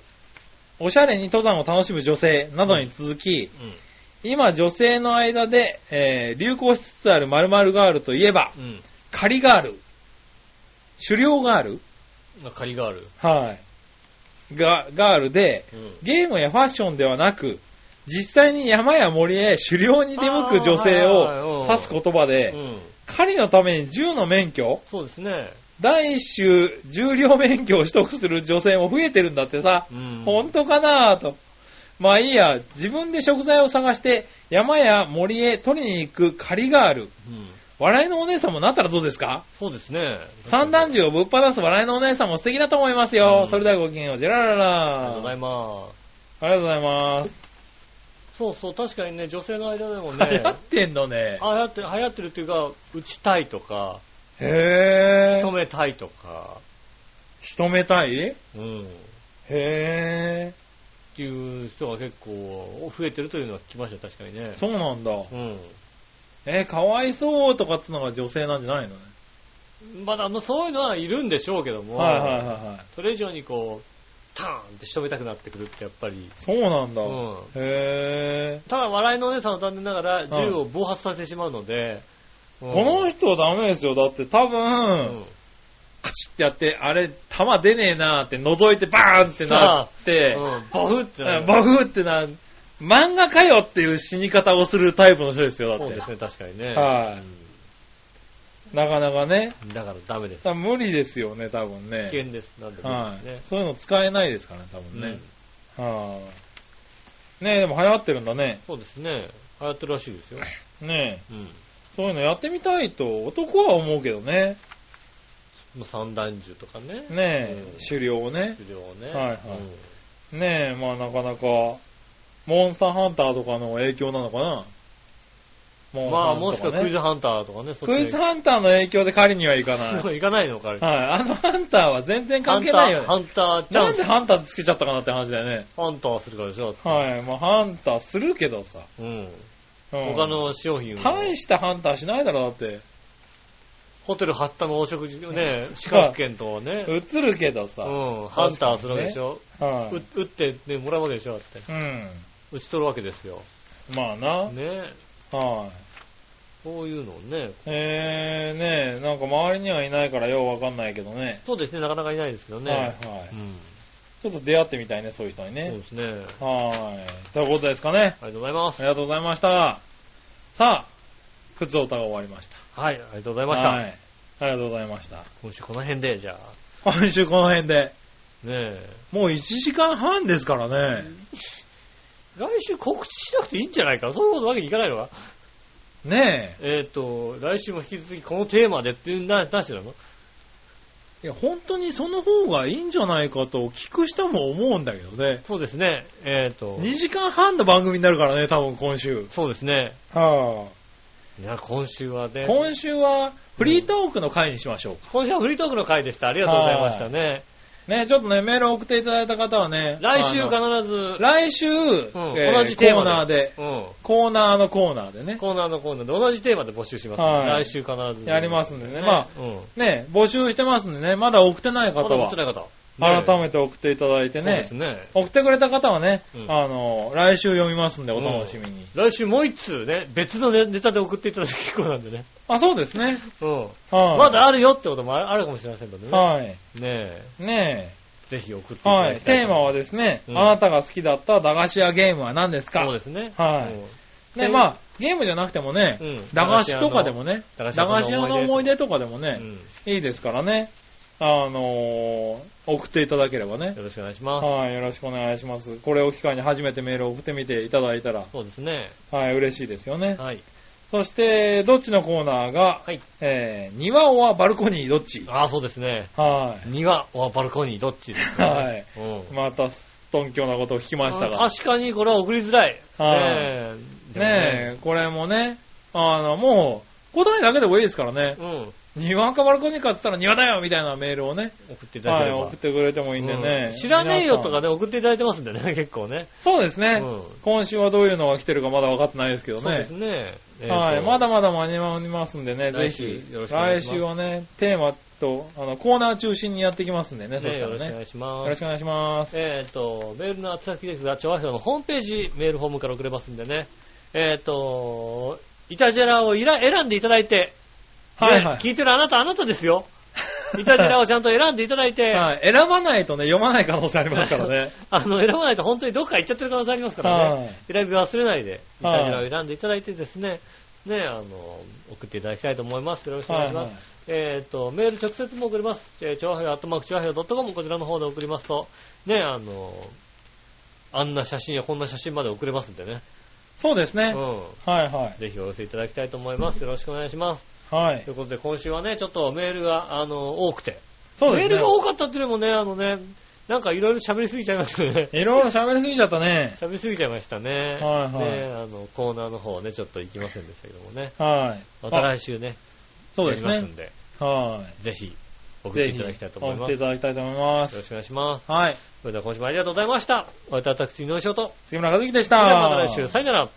おしゃれに登山を楽しむ女性などに続き、今女性の間で、えー流行しつつある〇〇ガールといえば、うん。うん。仮ガール、狩猟ガール、まあ借りがある。はい、がガールで、うん。ゲームやファッションではなく、実際に山や森へ狩猟に出向く女性を指す言葉うで、ん。狩りのために銃の免許そうですね。第一種重量免許を取得する女性も増えてるんだってさ。うん。本当かなぁと。まあいいや、自分で食材を探して山や森へ取りに行く狩りがある。うん笑いのお姉さんもなったらどうですかそうですね。三段銃をぶっ放す笑いのお姉さんも素敵だと思いますよ。うんそれではごきげんよう。ジェララありがとうラございます。ありがとうございます。そうそう、確かにね、女性の間でも流ね行、ってんのね。あ流行ってる、流行ってるっていうか、打ちたいとか、へ仕ぇ留めたいとか、仕留めたいうん。っへていう人が結構増えてるというのは聞きました、確かにねぇ。そうなんだ。うん。えーかわいそうとかっつのが女性なんじゃないのね。まだ、まあそういうのはいるんでしょうけども、はいはいはいはい。それ以上にこう、ターンって仕留めたくなってくるってやっぱり。そうなんだ。うんへぇただ、笑いのお姉さんは残念ながらん銃を暴発させてしまうので、うんこの人はダメですよ。だって多分、うんカチッってやって、あれ、弾出ねえなーって覗いてバーンってなって、うん、ボフってなるボフってな、漫画かよっていう死に方をするタイプの人ですよ、だそっうて。ですね、確かにね。はいなかなかね、うんだからダメです。多分無理ですよね、多分危ね。険です。なんでもはいいですそういうの使えないですからね、多分ね。うねん。はい。ねえ、でも流行ってるんだね。そうですね。流行ってるらしいですよ。ねえ、うん。そういうのやってみたいと男は思うけどね。もう三段銃とかね。ねうえん、狩猟をね。狩猟をね。はいはいうんねえ、まあなかなか、モンスターハンターとかの影響なのかなモンまあ、ハンもとしくはクイねズハンターとかね、そっちクイズハンターの影響で狩りにはいかない。もはう行かないのか、あれ。い。あのハンターは全然関係ないよね。ハンター、ハンターチャなンんス。でハンターつけちゃったかなって話だよね。ハンターするからでしょ。はい。まあハンターするけどさ。うん。うん他。の商品を。大したハンターしないだろ、だって。ホテル八田のお食事、ね、資格券とね、映るけどうさ。ん、ハンターするわけでしょ。はう撃って、ね、もらうわけでしょ、だって。い。うん。打ち取るわけですよ。まあな。ね。はい。こういうのをね。えー、ねえ、なんか周りにはいないからようわかんないけどね。そうですね、なかなかいないですけどね。はいはい。うん。ちょっと出会ってみたいね、そういう人にそうね。ですね。ありはーい。ということですかね。がとうございますあ。りがとうございました。さあ、普通歌が終わりました。はい、ありがとうございました。はい。ありがとうございました。今週この辺で、じゃあ。今週この辺で、ねえ。もう1時間半ですからね。来週告知しなくていいんじゃないかそういうわけにいかないのかねえっ、と、来週も引き続きこのテーマでっていうな、なしなのえ。いや、本当にその方がいいんじゃないかと聞く人も思うんだけどね。そうですね。えっ、と、 2時間半の番組になるからね、多分今週。そうですね。はいや、今週はね。あ。今週は、フリートークの回にしましょうか。今週はフリートークの回でした。ありがとうございましたね。ね、ちょっとね、メールを送っていただいた方はね、来週あの必ず、来週、えー同じテーマでコーナーで、うコーナーのコーナーでん、ね、コーナーのコーナーで同じテーマで募集します、は来い週必ず。やりますんでね。まあ、うん。ね、募集してますんでね、まだ送ってないま方だ持ってなは、い方。改ねめて送っていただいてそうでねす、ね。送ってくれた方はねう、んあの、来週読みますんで、お楽しみに。来週もう一通ね、別のネネタで送っていただく結構なんでね。あ、そうですね。うん。はい。まだあるよってこともあるあるかもしれませんのでね。はい。ねねえ、ぜひ送っていえ。たはだい。きたいテーマはですね、うんあなたが好きだった駄菓子屋ゲームは何ですかそうですね。はいうんね、まあ、ゲームじゃなくてもね、うん駄菓子とかでもね、駄駄菓菓子屋の子屋の思い出とかでもうね、んいいですからね、あのー送っていただければね、よろしくお願いします。はい、よろしくお願いします。これを機会に初めてメールを送ってみていただいたら、そうですね。はい、嬉しいですよね。はい。そして、どっちのコーナーが、はいえー、庭はバルコニーどっちああ、そうですね。は庭、はバルコニー、どっちですい。ねはい。うん。また、すっとんきょうなことを聞きましたが。確かにこれは送りづらい。はいねえ。ねえ、これもね、あの、もう、答えだけでもいいですからねで。もね庭かバルコニーかって言ったら庭だよみたいなメールをね、うん。送っていただけはれい、ば。送ってくれてもいいんでね。うん知らねえよとかね。ね、送っていただいてますんでね、 結構ね。そうですね、うん今週はどういうのが来てるかまだ分かってないですけどそうでねす。ね。えーとはい、まだまだ間に合いますんでね、ぜ来週ひよろし、くお願い来します週はね、テーマと、あの、コーナー中心にやっていきますんでね、そねしたよろらしくおね。願いしまよすろし。くお願いします。えっ、と、メールの宛先ですが、調和表のホームページ、メールフォームから送れますんでね。えっ、と、イタジェラをいら選んでいただいて、ねはいはい。 聞いてるあなた、あなたですよ。イタジラをちゃんと選んでいただいて、はい。選ばないとね、読まない可能性ありますから ね。あの、選ばないと本当にどっか行っちゃってる可能性ありますからはねい。選び忘れないで、イタジラはをい選んでいただいてですね、ね、あの、送っていただきたいと思います。よろしくお願いはいしはまいす。。えっ、と、メール直接も送れます。えー、ちょうはよ、アットマーク、ちょうはよ .com こちらの方で送りますと、ね、あの、あんな写真やこんな写真まで送れますんでね。そうですね。うはいはん。ぜひお寄せいただきたいと思います。よろしくお願いします。い。はいとい。うことで、今週はね、ちょっとメールが、あの、多くて。そうですね。メールが多かったっていうのもね、あのね、なんかいろいろ喋りすぎちゃいましたね。いろいろ喋りすぎちゃったね。喋りすぎちゃいましたね。はいはいね、あの、コーナーの方ね、ちょっと行きませんでしたけどもね。はい。またあ来週ね、そうですやりまねすん。で、はぜひ、い。送っていただきたいと思い送っまてす。いよただきたいと思いますろ。しくお願いします。はい。それでは今週もありがとうございました。お会いいたい私、井上翔と。杉村和樹でしそた。れではまた来週、さよなら。